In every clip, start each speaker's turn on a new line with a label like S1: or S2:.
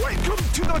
S1: Welcome to the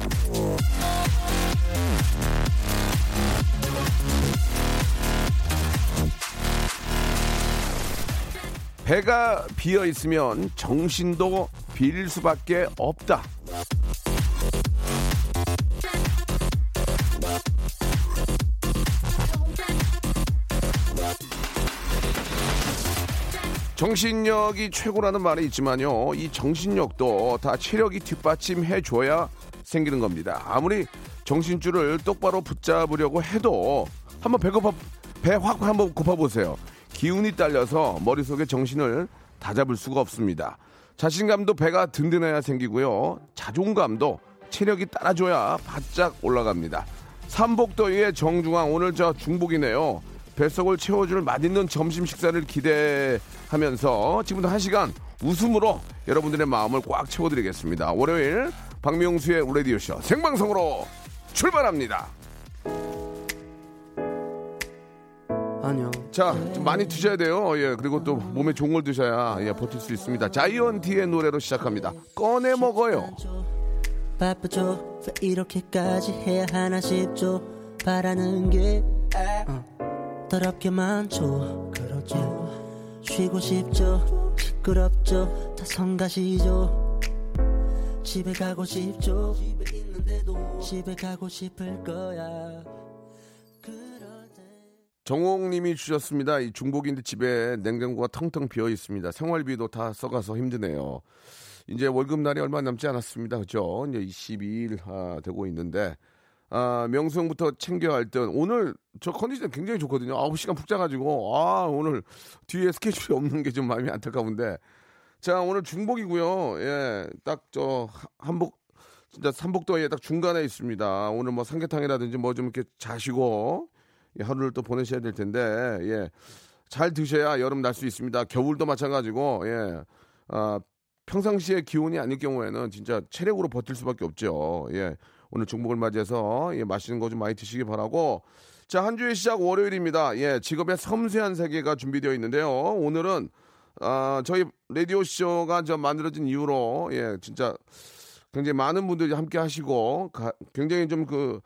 S1: 배가 비어 있으면 정신도 빌 수밖에 없다. 정신력이 최고라는 말이 있지만요, 이 정신력도 다 체력이 뒷받침해 줘야 생기는 겁니다. 아무리 정신줄을 똑바로 붙잡으려고 해도 한번 배고파 배 확 한번 고파 보세요. 기운이 딸려서 머릿속에 정신을 다 잡을 수가 없습니다. 자신감도 배가 든든해야 생기고요. 자존감도 체력이 따라줘야 바짝 올라갑니다. 삼복도의 정중앙 오늘 저 중복이네요. 뱃속을 채워줄 맛있는 점심 식사를 기대하면서 지금부터 한 시간 웃음으로 여러분들의 마음을 꽉 채워드리겠습니다. 월요일 박명수의 라디오쇼 생방송으로 출발합니다.
S2: 안녕.
S1: 자, 좀 많이 드셔야 돼요. 예, 그리고 또 몸에 좋은 걸 드셔야 예, 버틸 수 있습니다. 자이언티의 노래로 시작합니다. 꺼내 먹어요.
S2: 바쁘죠. 왜 이렇게까지 해야 하나 싶죠. 바라는 게 어, 더럽게 많죠. 그렇죠. 쉬고 싶죠. 시끄럽죠. 다 성가시죠. 집에 가고 싶죠. 집에 있는데도 집에 가고 싶을 거야. 그럴 때
S1: 정홍님이 주셨습니다. 이 중복인데 집에 냉장고가 텅텅 비어 있습니다. 생활비도 다 써가서 힘드네요. 이제 월급 날이 얼마 남지 않았습니다. 그죠? 이제 22일 아, 되고 있는데 아, 명수형부터 챙겨야 할 듯. 오늘 저 컨디션 굉장히 좋거든요. 9시간 푹 자가지고 아 오늘 뒤에 스케줄이 없는 게 좀 마음이 안타까운데 자 오늘 중복이고요. 예, 딱 저 한복 진짜 삼복도에 딱 중간에 있습니다. 오늘 뭐 삼계탕이라든지 뭐 좀 이렇게 자시고 예, 하루를 또 보내셔야 될 텐데 예. 잘 드셔야 여름 날 수 있습니다. 겨울도 마찬가지고 예. 아, 평상시에 기온이 아닐 경우에는 진짜 체력으로 버틸 수밖에 없죠. 예. 오늘 중복을 맞이해서 예, 맛있는 거 좀 많이 드시기 바라고 자, 한 주의 시작 월요일입니다. 예, 직업의 섬세한 세계가 준비되어 있는데요. 오늘은 아, 저희 라디오 쇼가 저 만들어진 이후로 예, 진짜 굉장히 많은 분들이 함께 하시고 가- 굉장히 좀 그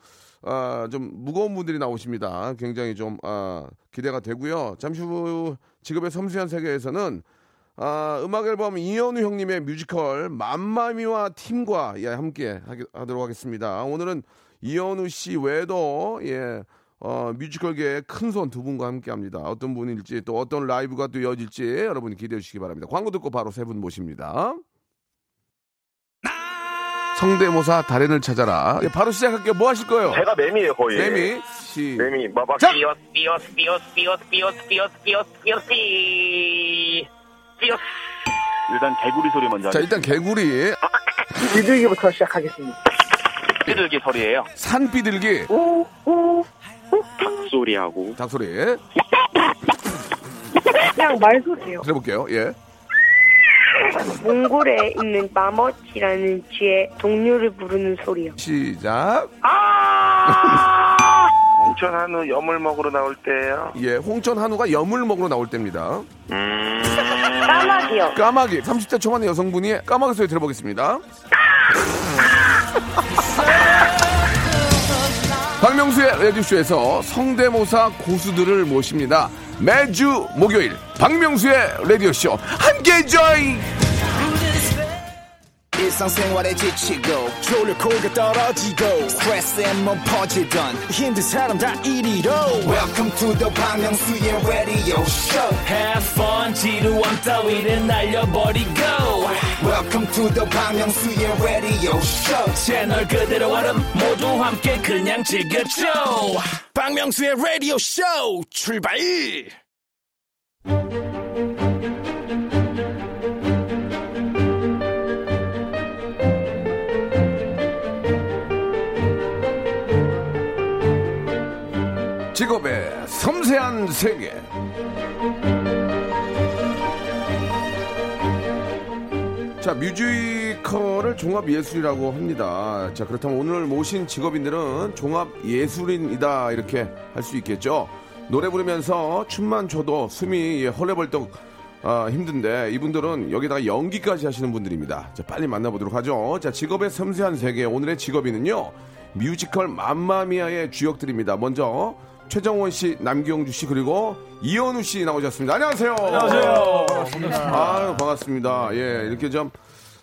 S1: 아, 좀 무거운 분들이 나오십니다. 굉장히 좀 아, 기대가 되고요. 잠시 후 직업의 섬세한 세계에서는 아, 음악 앨범 이현우 형님의 뮤지컬 맘마미와 팀과 예, 함께 하기- 하도록 하겠습니다. 오늘은 이현우 씨 외에도 예, 어, 뮤지컬계의 큰 손 두 분과 함께합니다. 어떤 분일지 또 어떤 라이브가 또 이어질지 여러분 기대해 주시기 바랍니다. 광고 듣고 바로 세 분 모십니다. 성대모사 달인을 찾아라. 예, 바로 시작할게요. 뭐 하실 거예요?
S3: 어.
S4: 제가 매미예요 거의.
S1: 매미 씨.
S4: 매미. 막, 막
S1: 자!
S4: 삐엇 삐엇 삐엇 삐엇 삐엇 삐엇 삐엇 삐엇 삐. 삐엇. 일단 개구리 소리 먼저.
S1: 자 일단 개구리
S5: 비둘기부터 시작하겠습니다.
S4: 삐들기 소리예요.
S1: 산비둘기
S4: 소리하고.
S1: 닭소리
S6: 그냥 말소리예요.
S1: 들어볼게요. 예.
S6: 몽골에 있는 마머치라는 쥐의 동료를 부르는 소리요.
S1: 시작.
S4: 공천 한우 염을 먹으러 나올 때예요.
S1: 예. 홍천 한우가 염을 먹으러 나올 때입니다.
S6: 까마귀요.
S1: 까마귀 30대 초반의 여성분이 까마귀 소리 들어보겠습니다. 박명수의 라디오쇼에서 성대모사 고수들을 모십니다. 매주 목요일 박명수의 라디오쇼 함께 join.
S7: 일상생활에 지치고, 졸려 코가 떨어지고, 스트레스에 몸 퍼지던, 힘든 사람 다 이리로. welcome to the Bang Myung-soo's radio show
S8: Have fun 지루함 따위를 날려버리고
S7: welcome to the Bang Myung-soo's radio show
S8: 채널 그대로 얼음 모두 함께 그냥 즐겨줘 박명수의 라디오 쇼 출발
S1: 직업의 섬세한 세계. 자, 뮤지컬을 종합예술이라고 합니다. 자, 그렇다면 오늘 모신 직업인들은 종합예술인이다. 이렇게 할 수 있겠죠. 노래 부르면서 춤만 춰도 숨이 예, 헐레벌떡 아, 힘든데 이분들은 여기다가 연기까지 하시는 분들입니다. 자, 빨리 만나보도록 하죠. 자, 직업의 섬세한 세계. 오늘의 직업인은요. 뮤지컬 맘마미아의 주역들입니다. 먼저 최정원 씨, 남경주 씨 그리고 이현우 씨 나오셨습니다. 안녕하세요. 아유, 반갑습니다. 예, 이렇게 좀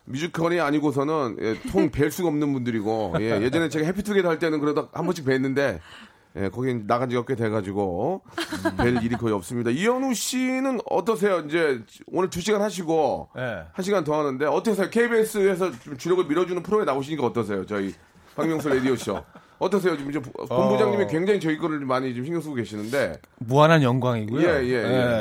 S1: 뮤지컬이 아니고서는 예, 통뵐 수가 없는 분들이고 예, 예전에 제가 해피투게더 할 때는 그래도 한 번씩 뵀는데 예, 거기 나간 지가 꽤 돼가지고 뵐 일이 거의 없습니다. 이현우 씨는 어떠세요? 이제 오늘 두 시간 하시고
S9: 네.
S1: 한 시간 더 하는데 어떠세요? KBS에서 좀 주력을 밀어주는 프로에 나오시니까 어떠세요? 저희 박명수 라디오 쇼 어떠세요? 지금 이제 본부장님이
S9: 어.
S1: 굉장히 저희 거를 많이 좀 신경 쓰고 계시는데
S9: 무한한 영광이고요.
S1: 예, 예,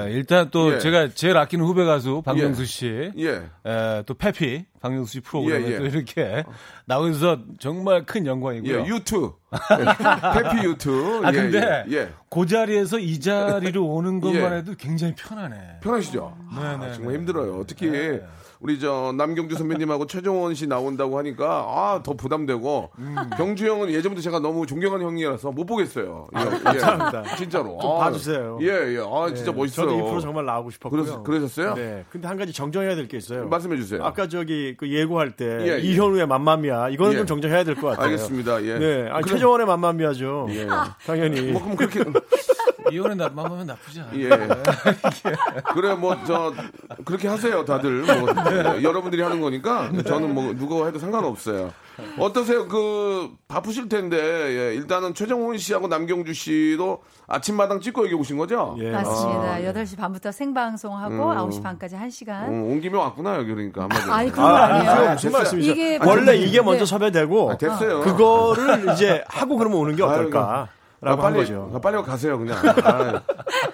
S1: 예.
S9: 일단 또
S1: 예.
S9: 제가 제일 아끼는 후배 가수 박명수
S1: 예.
S9: 씨.
S1: 예.
S9: 예, 또 페피 박명수 씨 프로그램에
S1: 예, 예.
S9: 또 이렇게 나오면서 정말 큰
S1: 예,
S9: 영광이고요.
S1: 유튜. 해피 유튜.
S9: 아
S1: 예,
S9: 근데
S1: 예, 예.
S9: 그 자리에서 이 자리로 오는 것만
S1: 예.
S9: 해도 굉장히 편하네.
S1: 편하시죠? 아,
S9: 네,
S1: 정말 힘들어요. 특히
S3: 네.
S1: 우리 저 남경주 선배님하고 최종원 씨 나온다고 하니까 아 더 부담되고
S3: 음.
S1: 경주 형은 예전부터 제가 너무 존경하는 형이라서 못 보겠어요. 예, 예.
S3: 아, 감사합니다.
S1: 진짜로.
S3: 좀 봐주세요.
S1: 예, 예. 아 진짜
S3: 네,
S1: 멋있어요.
S3: 저도 이 프로 정말 나오고 싶었고요.
S1: 그러- 그러셨어요?
S3: 네. 근데 한 가지 정정해야 될 게 있어요.
S1: 말씀해 주세요.
S3: 아까 저기 그 예고할 때
S1: 예, 예.
S3: 이현우의 맘마미아 이거는
S1: 예.
S3: 좀 정정해야 될 것 같아요.
S1: 알겠습니다. 예.
S3: 네, 아,
S1: 그럼- 예.
S3: 최정원의 맘마미아죠. 당연히.
S1: 뭐 그럼 그렇게
S9: 이혼에 나만하면 나쁘지 않아.
S1: 예. 그래 뭐 저 그렇게 하세요 다들 뭐 여러분들이 하는 거니까 저는 뭐 누가 해도 상관없어요. 어떠세요? 그 바쁘실 텐데 예, 일단은 최정훈 씨하고 남경주 씨도 아침마당 찍고 여기 오신 거죠?
S10: 네.
S3: 예.
S10: 맞습니다. 8시 반부터 생방송하고 9시 반까지 1시간.
S1: 음, 온 김에 왔구나 여기 그러니까 한마디로.
S10: 아니, 그런
S3: 아,
S10: 거
S3: 아니죠.
S10: 아니에요.
S3: 무슨
S1: 됐어요.
S3: 말씀이세요?
S10: 이게
S3: 원래
S10: 좀-
S3: 이게 먼저
S10: 예, 네.
S3: 섭외되고
S1: 아, 됐어요.
S3: 그거를 이제 하고 그러면 오는 게
S1: 아유,
S3: 어떨까라고
S1: 아,
S3: 한
S1: 빨리
S3: 거죠.
S1: 아, 빨리 가세요 그냥. 아,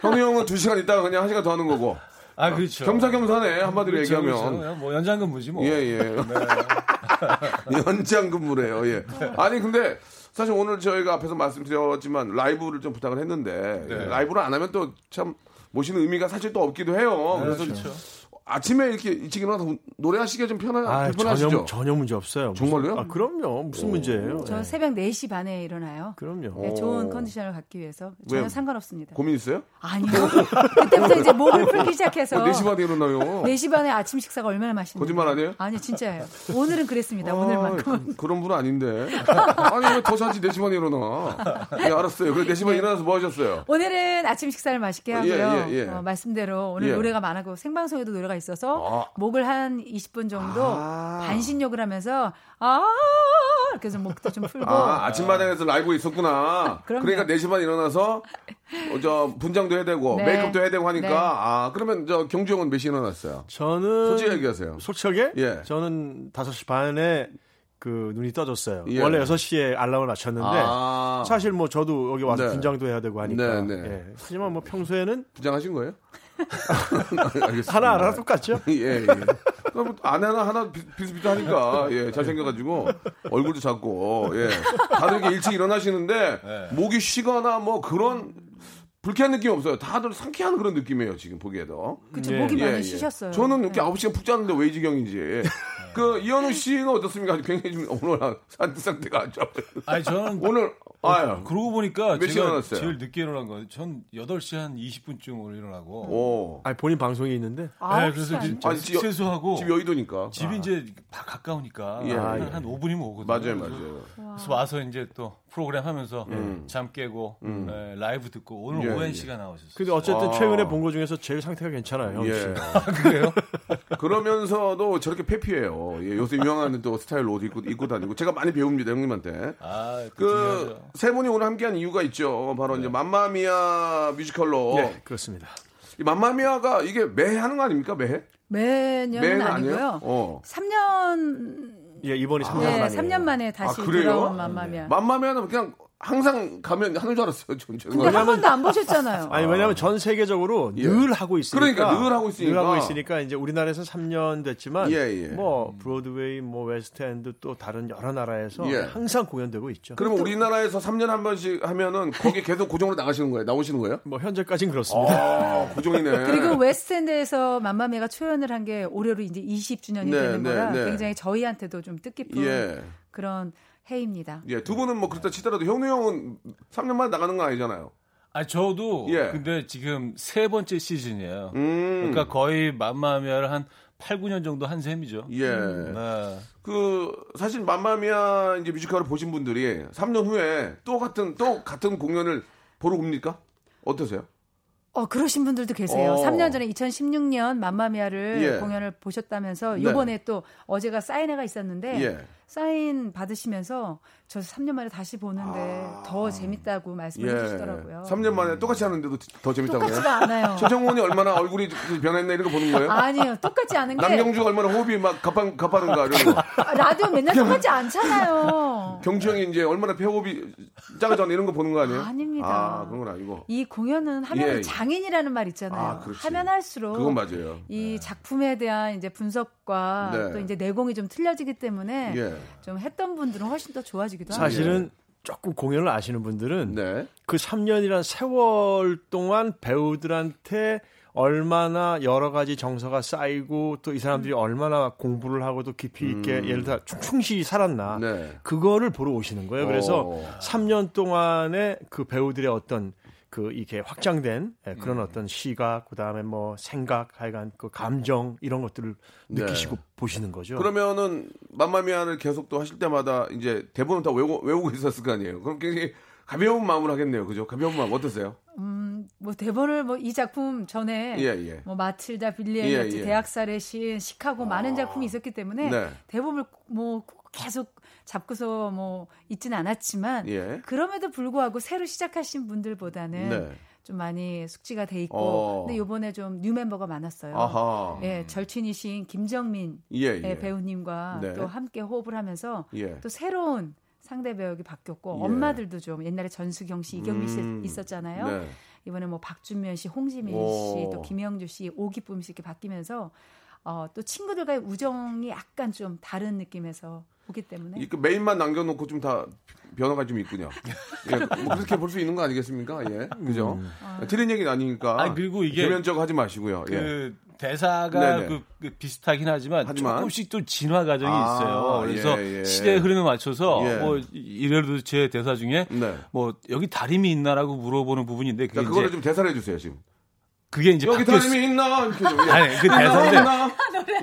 S1: 형이 형은 두 시간 있다가 그냥 한 시간 더 하는 거고
S9: 아 그렇죠.
S1: 겸사겸사네 한마디로
S9: 그렇죠,
S1: 얘기하면.
S9: 그렇죠. 뭐 연장근무지 뭐.
S1: 예, 예. 연장 근무래요, 예. 아니, 근데 사실 오늘 저희가 앞에서 말씀드렸지만 라이브를 좀 부탁을 했는데 라이브를 안 하면 또 참 모시는 의미가 사실 또 없기도 해요. 그래서 아침에 이렇게 일찍 일어나서 우- 노래하시기가 좀 편하,
S3: 아,
S1: 불편하시죠?
S3: 전혀, 전혀 문제 없어요. 무슨-
S1: 정말로요?
S3: 아, 그럼요. 무슨 문제예요?
S10: 저
S3: 예.
S10: 새벽 4시 반에 일어나요.
S3: 그럼요.
S10: 네, 좋은 컨디션을 갖기 위해서 전혀
S1: 왜?
S10: 상관없습니다.
S1: 고민 있어요?
S10: 아니요. 그때부터 이제 몸을 풀기 시작해서
S1: 어, 4시 반에 일어나요.
S10: 4시 반에 아침 식사가 얼마나 맛있는지.
S1: 거짓말 아니에요?
S10: 아니, 진짜예요. 오늘은 그랬습니다.
S3: 어.
S10: 오늘만큼.
S1: 아, 그- 그런 분 아닌데. 아니, 왜 더 자지 4시 반에 일어나? 예, 알았어요. 그래, 4시 반에 일어나서 뭐 하셨어요?
S10: 오늘은 아침 식사를 맛있게 하고요.
S1: 예, 예, 예.
S10: 어, 말씀대로 오늘
S1: 예.
S10: 노래가 많고 생방송에도 노래가 있어서
S1: 아.
S10: 목을 한 20분 정도
S1: 아.
S10: 반신욕을 하면서 아 이렇게 좀 목도 좀 풀고
S1: 아, 아침마당에서 라이브 있었구나.
S10: 그럼요.
S1: 그러니까 4시 반 일어나서 어, 저 분장도 해야 되고
S10: 네.
S1: 메이크업도 해야 되고 하니까
S10: 네.
S1: 아, 그러면 저 경주 형은 몇 시에 일어났어요?
S3: 저는
S1: 솔직히 얘기하세요.
S3: 솔직하게
S1: 예.
S3: 저는 5시 반에 그 눈이 떠졌어요.
S1: 예.
S3: 원래 6시에 알람을 맞췄는데
S1: 아.
S3: 사실 뭐 저도 여기 와서
S1: 네.
S3: 분장도 해야 되고
S1: 네,
S3: 하니까.
S1: 네.
S3: 예. 하지만 뭐 평소에는
S1: 분장하신 거예요? 알겠습니다.
S3: 하나 하나 똑같죠?
S1: 예, 예. 그럼 안 하나 하나 비- 비슷비슷하니까 예,
S3: 네.
S1: 잘생겨가지고 얼굴도 작고 예. 다들 이렇게 일찍 일어나시는데
S3: 네.
S1: 목이 쉬거나 뭐 그런 불쾌한 느낌 이 없어요. 다들 상쾌한 그런 느낌이에요 지금 보기에도.
S10: 그쵸
S3: 예,
S10: 목이 많이
S1: 예, 예.
S10: 쉬셨어요.
S1: 저는 이렇게
S10: 네.
S1: 아홉 시간 푹 자는데 왜 이 지경인지. 그 이현우 씨는 어떻습니까? 아주 굉장히 좀 오늘 산- 상태가 안 좋아요.
S9: 아니 저는
S1: 오늘 아유.
S9: 그러고 보니까
S1: 몇 시에
S9: 제가
S1: 일어났어요?
S9: 제일 늦게 일어난 거예요. 전 8시 한 20분쯤으로 일어나고.
S1: 오.
S3: 아니 본인 방송이 있는데
S10: 아홉
S9: 네, 그래서
S10: 시간.
S9: 지금
S1: 아니, 지-
S9: 세수하고
S1: 집 여의도니까.
S9: 집이
S3: 아.
S9: 이제 바- 가까우니까
S1: 예,
S9: 한,
S1: 예.
S9: 한 5분이면 오거든요.
S1: 맞아요, 맞아요.
S9: 그래서 와서 이제 또 프로그램 하면서 잠 깨고 예, 라이브 듣고 오늘
S1: 음. 예,
S9: 오현
S1: 예.
S9: 씨가 나오셨어요.
S3: 근데 어쨌든
S1: 아.
S3: 최근에 본 거 중에서 제일 상태가 괜찮아요.
S1: 예.
S9: 그래요?
S1: 그러면서도 저렇게 패피해요. 예, 요새 유명한 또 스타일 옷 입고, 입고 다니고 제가 많이 배웁니다 형님한테.
S9: 아,
S1: 그
S9: 그
S1: 세 분이 오늘 함께한 이유가 있죠. 바로 이제 맘마미아 뮤지컬로
S3: 예, 그렇습니다.
S1: 이 맘마미아가 이게 매해 하는 거 아닙니까 매해?
S10: 매년은
S1: 매해는 아니에요?
S10: 아니고요.
S1: 어.
S10: 3년
S3: 예, 이번이 3년
S10: 네,
S3: 만에.
S10: 3년 만에 다시
S1: 아, 그래요?
S10: 돌아온 맘마미아.
S1: 맘마미아는 그냥 항상 가면 하는 줄 알았어요. 전
S10: 근데 한
S1: 죄송합니다.
S10: 번도 안 보셨잖아요.
S3: 아니 왜냐하면 전 세계적으로
S1: 예.
S3: 늘 하고 있으니까
S1: 그러니까 늘 하고 있으니까.
S3: 늘 하고 있으니까 이제 우리나라에서 3년 됐지만
S1: 예, 예.
S3: 뭐 브로드웨이 뭐 웨스트엔드 또 다른 여러 나라에서
S1: 예.
S3: 항상 공연되고 있죠.
S1: 그러면 우리나라에서 3년 한 번씩 하면은 거기 계속 고정으로 나가시는 거예요? 나오시는 거예요?
S3: 뭐 현재까지는 그렇습니다.
S1: 아, 고정이네.
S10: 그리고 웨스트엔드에서 맘마미가 초연을 한 게 올해로 이제 20주년이
S1: 네,
S10: 되는
S1: 네,
S10: 거라
S1: 네.
S10: 굉장히 저희한테도 좀 뜻깊은
S1: 예.
S10: 그런 해입니다.
S1: 예, 두 분은 뭐 그렇다 치더라도 현우 형은 3년 만에 나가는 건 아니잖아요.
S9: 아 저도
S1: 예.
S9: 근데 지금 세 번째 시즌이에요.
S1: 음.
S9: 그러니까 거의 맘마미아를 한 8, 9년 정도 한 셈이죠.
S1: 예.
S9: 네.
S1: 그 사실 맘마미아 이제 뮤지컬을 보신 분들이 3년 후에 또 같은 또 같은 공연을 보러 옵니까? 어떠세요?
S10: 어 그러신 분들도 계세요.
S1: 어.
S10: 3년 전에 2016년 맘마미아를
S1: 예.
S10: 공연을 보셨다면서
S1: 네.
S10: 요번에 또 어제가 사인회가 있었는데
S1: 예.
S10: 사인 받으시면서 저 3년 만에 다시 보는데 더 재밌다고 말씀해 주시더라고요.
S1: 아. 예. 3년 만에 똑같이 하는데도 더 재밌다고요?
S10: 똑같지가 않아요.
S1: 최정훈이 얼마나 얼굴이 변했나 이런 거 보는 거예요?
S10: 아니요, 똑같지 않은 게
S1: 남경주가 얼마나 호흡이 막 가pan, 가파른가 이런 거.
S10: 라디오 맨날 똑같지 않잖아요.
S1: 경주 형이 이제 얼마나 폐호흡이 작아졌나 이런 거 보는 거 아니에요?
S10: 아닙니다.
S1: 아, 그런 건 아니고.
S10: 이 공연은 하면
S1: 예, 예.
S10: 장인이라는 말 있잖아요.
S1: 아, 그렇지.
S10: 하면 할수록 음.
S1: 그건 맞아요.
S10: 이 작품에 대한 이제 분석과
S1: 네.
S10: 또 이제 내공이 좀 틀려지기 때문에
S1: 예.
S10: 좀 했던 분들은 훨씬 더 좋아지기도 하고
S3: 사실은 조금 공연을 아시는 분들은
S1: 네.
S3: 그 3년이란 세월 동안 배우들한테 얼마나 여러 가지 정서가 쌓이고 또 이 사람들이
S1: 음.
S3: 얼마나 공부를 하고 또 깊이 있게 예를 들어 충실히 살았나
S1: 네.
S3: 그거를 보러 오시는 거예요. 그래서
S1: 어.
S3: 3년 동안의 그 배우들의 어떤 그 이렇게 확장된 예,
S1: 음.
S3: 그런 어떤 시각 그다음에 뭐 생각 하여간 그 감정 이런 것들을 느끼시고 보시는 거죠.
S1: 네. 그러면은 맘마미아를 계속 또 하실 때마다 이제 대본은 다 외우고, 외우고 있었을 거 아니에요. 그럼 굉장히 가벼운 마음으로 하겠네요. 그죠? 가벼운 마음 어떠세요?
S10: 뭐 대본을 뭐 이 작품 전에
S1: 예, 예.
S10: 뭐 마틸다 빌리엔
S1: 예,
S10: 같이
S1: 예. 아.
S10: 대학살의 신 시카고 많은 작품이 있었기 때문에
S1: 네.
S10: 대본을 뭐 계속 잡고서 뭐 있진 않았지만
S1: 예.
S10: 그럼에도 불구하고 새로 시작하신 분들보다는
S1: 네.
S10: 좀 많이 숙지가 돼 있고
S1: 어.
S10: 근데 요번에 좀 뉴 멤버가 많았어요.
S1: 아하.
S10: 예, 절친이신 김정민
S1: 예, 예.
S10: 예, 배우님과
S1: 네.
S10: 또 함께 호흡을 하면서
S1: 예.
S10: 또 새로운 상대 배역이 바뀌었고
S1: 예.
S10: 엄마들도 좀 옛날에 전수경 씨, 이경미
S1: 음.
S10: 씨 있었잖아요.
S1: 네.
S10: 이번에 뭐 박준면 씨, 홍지민
S1: 오.
S10: 씨, 또 김영주 씨, 오기쁨 씨 이렇게 바뀌면서 어, 또 친구들과의 우정이 약간 좀 다른 느낌에서 보기 때문에
S1: 이그 메인만 남겨놓고 좀 다 변화가 좀 있군요. 예, 뭐 그렇게 볼 수 있는 거 아니겠습니까? 예, 그죠?
S10: 아.
S1: 틀린 얘기는 아니니까.
S9: 음. 아니, 그리고 이게
S1: 대면적 하지 마시고요. 예.
S9: 그 대사가
S1: 네네.
S9: 그, 그 비슷하긴 하지만,
S1: 하지만.
S9: 조금씩 또 진화 과정이
S1: 아,
S9: 있어요. 그래서
S1: 예, 예.
S9: 시대의 흐름에 맞춰서
S1: 예.
S9: 뭐 이래도 제 대사 중에
S1: 네.
S9: 뭐 여기 다림이 있나라고 물어보는 부분인데
S1: 자,
S9: 그게
S1: 그거를
S9: 이제
S1: 좀 대사를 해주세요, 지금.
S9: 그게 이제
S1: 여기
S9: 바뀌었-
S1: 다림이 아, 있나? 이렇게 좀. 예.
S9: 아니 그 대사인데
S1: 있나?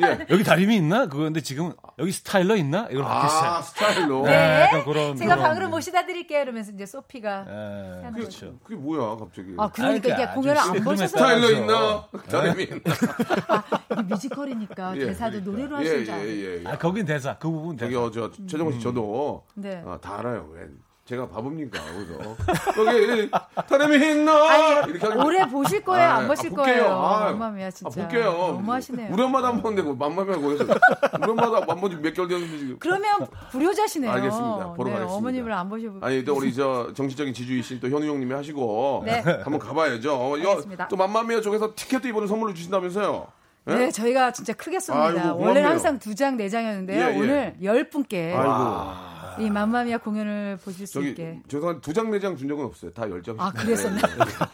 S1: 예.
S9: 여기 다림이 있나 그건데 지금 여기 스타일러 있나 이걸 바뀌었어요.
S1: 아, 스타일로.
S9: 네, 약간 그런
S10: 제가
S9: 그런-
S10: 방으로 모시다 드릴게요. 이러면서 이제 소피가
S9: 예,
S10: 하는 거죠.
S9: 그렇죠.
S1: 그게 뭐야, 갑자기.
S10: 아 그러니까
S9: 아니,
S10: 이게
S9: 그러니까
S10: 공연을
S9: 아주
S10: 안 보셔서
S1: 스타일러
S9: 그렇죠.
S1: 있나? 다림이 있나?
S10: 아, 이게 뮤지컬이니까
S1: 예,
S10: 대사도 노래로
S1: 예,
S10: 하신 줄
S1: 예,
S10: 알아요.
S1: 예. 예.
S9: 아 음. 거긴 대사 그 부분
S1: 저기
S9: 되게
S1: 어저 최정훈 씨 저도
S10: 네.
S1: 아, 다 알아요. 왜 제가 바보입니까? 그래서 여기 다림이 있나?
S10: 아니,
S1: 이렇게 하기
S10: 올해 보실 거예요,
S1: 아,
S10: 안 보실
S1: 아, 볼게요.
S10: 거예요.
S1: 아,
S10: 엄마미야 진짜.
S1: 아, 볼게요.
S10: 너무하시네요.
S1: 우리 엄마도 한 번인데 맘마미야 거기서 우리 엄마도 만 번지 몇 개월 됐는데 지금.
S10: 그러면 불효자시네요.
S1: 알겠습니다. 보러
S10: 네,
S1: 가겠습니다.
S10: 어머님을 안 보시고.
S1: 아니 또 우리 저 정신적인 지주이신 또 현우 형님이 하시고
S10: 네.
S1: 한번 가봐야죠. 어, 여-
S10: 알겠습니다.
S1: 또 맘마미아 쪽에서 티켓도 이번에 선물로 주신다면서요? 예?
S10: 네, 저희가 진짜 크게
S1: 아이고,
S10: 쏩니다.
S1: 고맙네요.
S10: 원래는 항상 두 장, 네 장이었는데요.
S1: 예, 예.
S10: 오늘 열 분께
S1: 아이고
S10: 이 맘마미아 공연을 보실 수
S1: 저기
S10: 있게.
S1: 죄송한 두장 네 장 준 적은 없어요. 다 열 장. 네.
S10: 아, 그랬었나?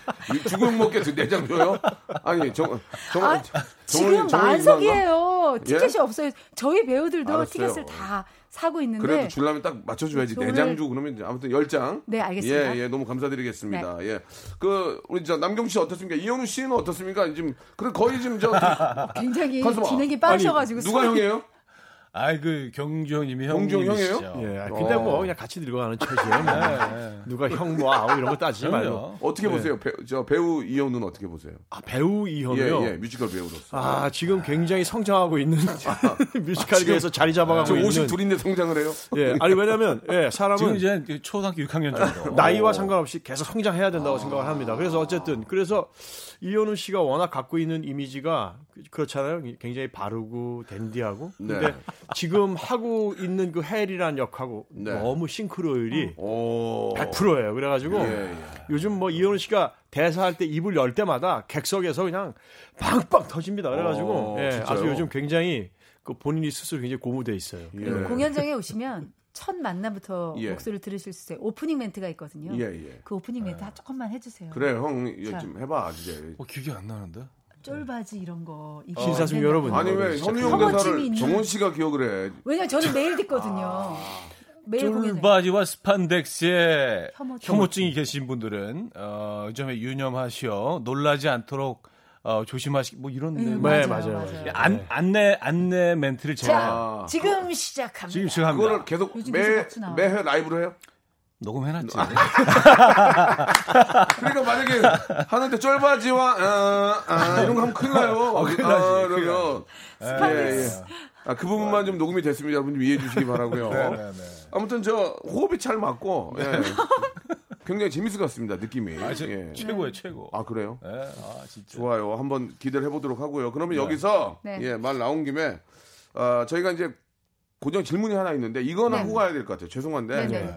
S1: 죽을 먹게 네장 줘요? 아니 정정
S10: 아, 지금 만석이에요. 티켓이
S1: 예?
S10: 없어요. 저희 배우들도
S1: 알았어요.
S10: 티켓을 다 사고 있는데.
S1: 그래도 줄라면 딱 맞춰줘야지.
S10: 오늘-
S1: 네 장 주고 그러면 이제 아무튼 열장
S10: 네, 알겠습니다. 네.
S1: 예, 예, 너무 감사드리겠습니다. 예. 그, 우리 저 남경 씨 어떻습니까? 이현우 씨는 어떻습니까? 지금, 그래, 거의 지금 저,
S10: 굉장히
S1: 가슴아.
S10: 진행이 빠르셔가지고.
S1: 누가
S10: 소리-
S1: 형이에요?
S9: 아이 그 경주 형님이
S1: 경주 형
S9: 형님이시죠.
S3: 예, 아, 근데
S1: 어. 네,
S3: 뭐 그냥 같이 늙어가는 처지예요. 뭐. 누가 형 뭐 아우 이런 거 따지지 말고.
S9: 그럼요.
S1: 어떻게 보세요? 배, 저 배우 이현우는 어떻게 보세요?
S3: 아, 배우
S1: 예,
S3: 이현우요.
S1: 예, 뮤지컬 배우로서.
S3: 아, 지금 굉장히 성장하고 있는 뮤지컬계에서 자리 잡아가고
S1: 아, 지금
S3: 있는.
S1: 52인데 성장을 해요?
S3: 예, 아니 왜냐면 예,
S9: 지금
S3: 사람은
S9: 이제 그 초등학교 6학년 정도. 어,
S1: 어.
S3: 나이와 상관없이 계속 성장해야 된다고 생각을 합니다. 그래서 어쨌든 그래서 이현우 씨가 워낙 갖고 있는 이미지가 그- 그렇잖아요. 굉장히 바르고 댄디하고. 근데
S1: 네.
S3: 지금 하고 있는 그 헬이란 역하고 너무 싱크로율이 100%예요. 그래가지고
S1: 어. 예, 예.
S3: 요즘 뭐 이현우 씨가 대사할 때 입을 열 때마다 객석에서 그냥 빵빵 터집니다. 그래가지고
S1: 어,
S3: 예,
S1: 진짜요?
S3: 아주 요즘 굉장히 그 본인이 스스로 굉장히 고무돼 있어요.
S1: 예.
S10: 공연장에 오시면 첫 만남부터
S1: 예.
S10: 목소리를 들으실 수 있어요. 오프닝 멘트가 있거든요.
S1: 예, 예.
S10: 그 오프닝 멘트 한 조금만 해주세요.
S1: 그래 형 이거
S10: 자.
S1: 좀 해봐 이제.
S9: 어, 기억이 안 나는데?
S10: 쫄바지 이런 거. 입고
S3: 신사숙
S10: 맨날-
S3: 여러분.
S1: 아니 왜
S3: 진짜
S1: 현우 형
S10: 허무침이
S1: 대사를
S10: 있는-
S1: 정원 씨가 기억을 해?
S10: 왜냐 면 저는 매일 듣거든요. 매일 공연을.
S9: 쫄바지와 스판덱스에
S10: 혐오증.
S9: 혐오증. 이 계신 분들은 어, 점에 유념하시어 놀라지 않도록 어, 조심하시. 뭐 이런
S10: 음,
S1: 네,
S9: 내용.
S3: 맞아요,
S10: 맞아요,
S3: 맞아요.
S10: 맞아요.
S9: 안, 안내 안내 멘트를 제가
S1: 아.
S10: 자,
S1: 어,
S10: 지금 시작합니다.
S9: 지금 지금 합니다.
S1: 그거를 계속
S10: 요즘 계속
S1: 매
S10: 같이 나와요.
S1: 매해 라이브로 해요?
S9: 녹음해놨지.
S1: 아.
S9: 네,
S1: 그러니까 만약에 하는데 쫄바지와 아, 아, 이런 거 하면 큰일 나요. 아, 그러면 예, 예. 아, 그 부분만 좀 녹음이 됐습니다. 여러분 좀 이해해 주시기 바라고요. 아무튼 저 호흡이 잘 맞고 예. 굉장히 재밌을 것 같습니다. 느낌이. 아, 예.
S9: 최고예요, 최고.
S1: 아 그래요?
S9: 예, 아 진짜.
S1: 좋아요. 한번 기대를 해보도록 하고요. 그러면 여기서
S10: 네.
S1: 예, 말 나온 김에 아, 저희가 이제 고정 질문이 하나 있는데 이거는
S10: 네.
S1: 하고 가야 될 것 같아요. 죄송한데
S10: 네, 네.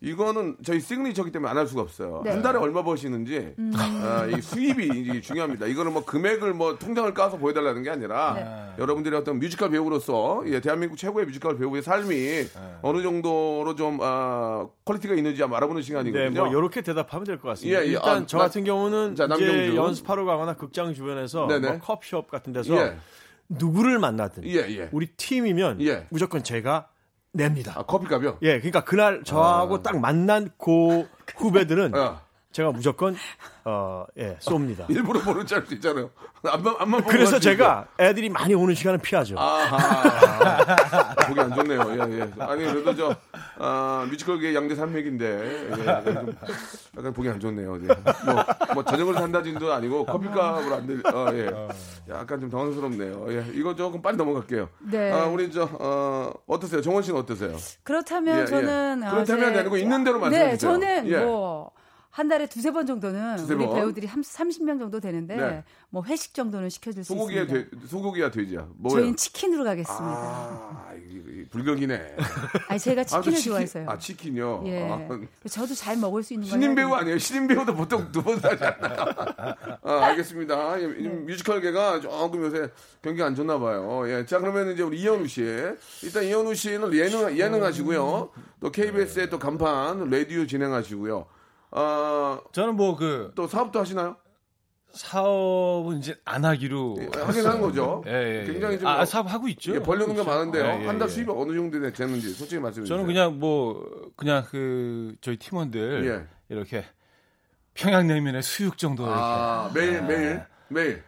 S1: 이거는 저희 시그니처기 때문에 안 할 수가 없어요.
S10: 네. 음.
S1: 한 달에 얼마 버시는지 아, 이 수입이 이제 중요합니다. 이거는 뭐 금액을 뭐 통장을 까서 보여달라는 게 아니라
S10: 네.
S1: 여러분들이 어떤 뮤지컬 배우로서 예, 대한민국 최고의 뮤지컬 배우의 삶이
S10: 네.
S1: 어느 정도로 좀 아, 퀄리티가 있는지 한번 알아보는
S3: 네,
S1: 시간이거든요.
S3: 뭐 이렇게 대답하면 될 것 같습니다.
S1: 예, 예.
S3: 일단
S1: 아,
S3: 저
S1: 나-
S3: 같은 경우는
S1: 자,
S3: 이제
S1: 남경주.
S3: 연습하러 가거나 극장 주변에서
S1: 네네.
S3: 뭐 커피숍 같은 데서
S1: 예.
S3: 누구를 만나든
S1: 예, 예.
S3: 우리 팀이면
S1: 예.
S3: 무조건 제가 냅니다.
S1: 아, 커피값이요?
S3: 예, 그러니까 그날 저하고 딱 만난 그
S10: 예.
S3: 후배들은
S1: 어.
S3: 제가 무조건 어, 예, 쏩니다.
S1: 일부러 모른 짤수 있잖아요. 안만 안만 보고
S3: 그래서
S1: 할수
S3: 제가 애들이 많이 오는 시간은 피하죠.
S1: 있고. 아하. 보기 안 좋네요. 예, 예. 아니, 그래도 저, 아, 뮤지컬계 양대 산맥인데, 예, 예, 좀 약간 보기 안 좋네요. 예. 뭐, 뭐, 저녁을 산다진도 아니고, 커피값으로 안 들, 어, 예. 약간 좀 당황스럽네요. 예. 이거 조금 빨리 넘어갈게요.
S10: 네.
S1: 아, 우리 저, 어, 어떠세요? 정원 씨는 어떠세요?
S10: 그렇다면
S1: 예, 예.
S10: 저는 아,
S1: 그렇다면
S10: 이제-
S1: 아니고 있는 대로 말씀해
S10: 네,
S1: 주세요.
S10: 저는
S1: 예.
S10: 뭐. 한 달에 두세 번 정도는
S1: 두세
S10: 우리
S1: 번.
S10: 배우들이 한 30명 정도 되는데
S1: 네.
S10: 뭐 회식 정도는 시켜줄 수
S1: 소고기야,
S10: 있습니다.
S1: 돼, 소고기야, 돼지야. 뭐예요?
S10: 저희는 치킨으로 가겠습니다.
S1: 아, 이- 이 불격이네.
S10: 아, 니 제가
S1: 아, 또
S10: 치킨을
S1: 치킨-
S10: 좋아해서요.
S1: 아, 치킨요?
S10: 예.
S1: 아,
S10: 저도 잘 먹을 수 있는 걸
S1: 신인
S10: 해야
S1: 배우
S10: 되는데.
S1: 아니에요? 신인 배우도 보통 두 번 사지 않나? 아, 알겠습니다. 예, 이 뮤지컬계가 조금 요새 경기 안 좋나 봐요. 예. 자, 그러면 이제 우리 이현우 씨. 일단 이현우 씨는 예능, 예능 하시고요. 또 KBS의
S9: 네.
S1: 또 간판, 라디오 진행하시고요. 아,
S9: 저는 뭐 그
S1: 또 사업도 하시나요?
S9: 사업은 이제 안 하기로
S1: 예,
S9: 했어요.
S1: 하긴 하는 거죠.
S9: 예, 예, 예.
S1: 굉장히 좀.
S9: 아, 사업 하고 있죠.
S1: 예, 벌려놓은 게 많은데요.
S9: 예, 예,
S1: 한 달
S9: 예.
S1: 수입이 어느 정도 되는지 솔직히 말씀해 주세요.
S9: 저는 그냥 뭐 그냥 그 저희 팀원들
S1: 예.
S9: 이렇게 평양냉면의 수육 정도 뭐 이렇게
S1: 아, 매일, 매일, 매일.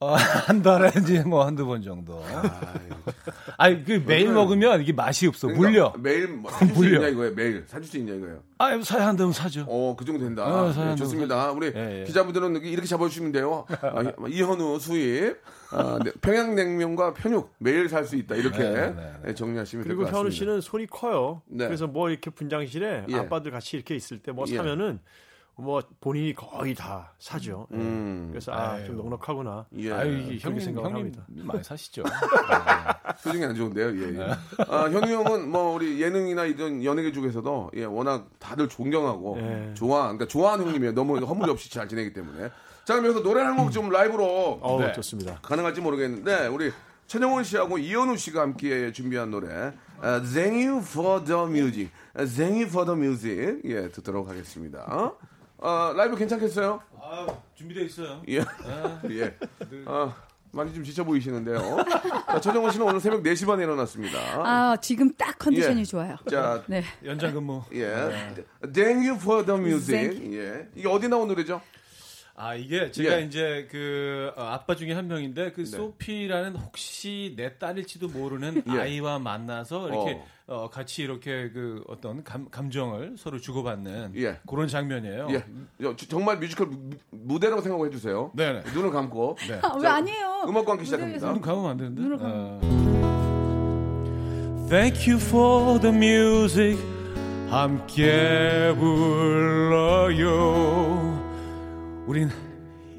S9: 어, 한 달에 이제 뭐 한두 번 정도. 아니, 그 매일 먹으면 이게 맛이 없어.
S1: 그러니까
S9: 아, 물려.
S1: 매일 뭐 사줄 수
S9: 물려.
S1: 있냐 이거예요. 매일 사줄 수 있냐 이거예요.
S9: 아, 사야 한다면 사죠.
S1: 어, 그 정도 된다.
S9: 아, 사연
S1: 예, 좋습니다. 우리
S9: 예, 예.
S1: 기자분들은 이렇게- 이렇게 잡아주시면 돼요. 아, 이현우 수입, 아, 네, 평양냉면과 편육 매일 살 수 있다.
S9: 네,
S1: 이렇게 예, 정리하시면 될 것
S3: 그리고
S1: 같습니다.
S3: 현우 씨는 손이 커요.
S1: 네.
S3: 그래서 뭐 이렇게 분장실에
S1: 예.
S3: 아빠들 같이 이렇게 있을 때 뭐
S1: 예.
S3: 사면은 뭐 본인이 거의 다 사죠. 예.
S1: 음.
S3: 그래서 아 좀 넉넉하구나.
S1: 예.
S9: 아유, 이게
S3: 그렇게
S9: 형님,
S3: 생각을
S9: 형님
S3: 합니다.
S9: 많이 사시죠.
S1: 표정이 안 좋은데요. 예,
S9: 네.
S1: 예. 아, 현우 형은 뭐 우리 예능이나 이런 연예계 쪽에서도 예, 워낙 다들 존경하고
S9: 네.
S3: 예.
S1: 좋아, 그러니까 좋아하는 형님이에요. 너무 허물이 없이 잘 지내기 때문에. 자, 그럼 여기서 노래 한 곡 좀 라이브로
S3: 어우
S9: 네.
S3: 좋습니다.
S1: 가능할지 모르겠는데 우리 천영원 씨하고 이현우 씨가 함께 준비한 노래 아, Thank You for the Music, 아, Thank You for the Music 예 듣도록 하겠습니다. 어? 아, 라이브 괜찮겠어요?
S9: 준비되어 있어요.
S1: 예, 예. 아, 많이 좀 지쳐 보이시는데요. 자, 천영원 씨는 오늘 새벽 4시 반에 일어났습니다.
S10: 아, 지금 딱 컨디션이
S1: 예.
S10: 좋아요.
S1: 자,
S10: 네.
S9: 연장 근무.
S1: 예, Thank You for the Music.
S10: Thank
S1: 예, 이게 어디 나온 노래죠?
S9: 아, 이게 제가
S1: 예. 네.
S9: 이제 그 어, 아빠 중에 한 명인데 그 소피라는 혹시 내 딸일지도 모르는
S1: 예.
S9: 아이와 만나서 이렇게 어, 같이 이렇게 그 어떤 감, 감정을 서로 주고받는
S1: 예.
S9: 그런 장면이에요.
S1: 예, 저- 정말 뮤지컬 무- 무대라고 생각해 주세요.
S9: 네네.
S1: 눈을 감고
S10: 아, 왜 아니에요?
S1: 음악 관계 시작합니다.
S9: 눈 감으면 안 되는데.
S10: 눈을
S9: 어. Thank you for the music 함께 불러요. 우린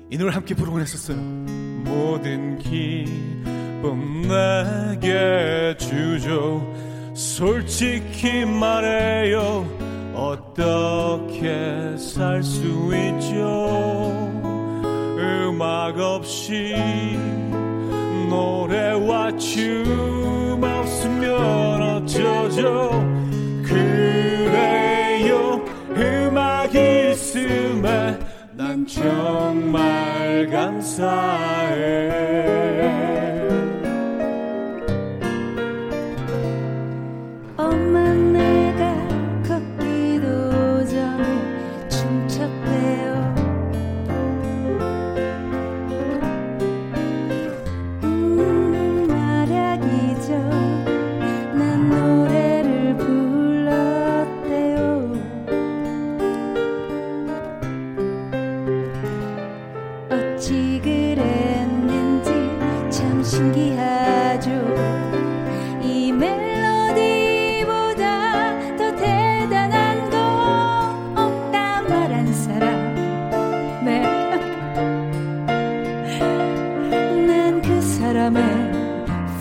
S9: 이 노래 함께 부르곤 했었어요. 모든 기쁨 기쁨 내게 주죠 솔직히 말해요 어떻게 살 수 있죠 음악 없이 노래와 춤 없으면 어쩌죠 그래요 음악이 있음에 난 정말 감사해
S10: 엄마 내가 걷기도 전에 춤췄대요 음, 말하기죠 난 노래를 불렀대요 어찌 그랬는지 참 신기하죠 이 멜로디보다 더 대단한 거 없다 말한 사람 네. 난 그 사람의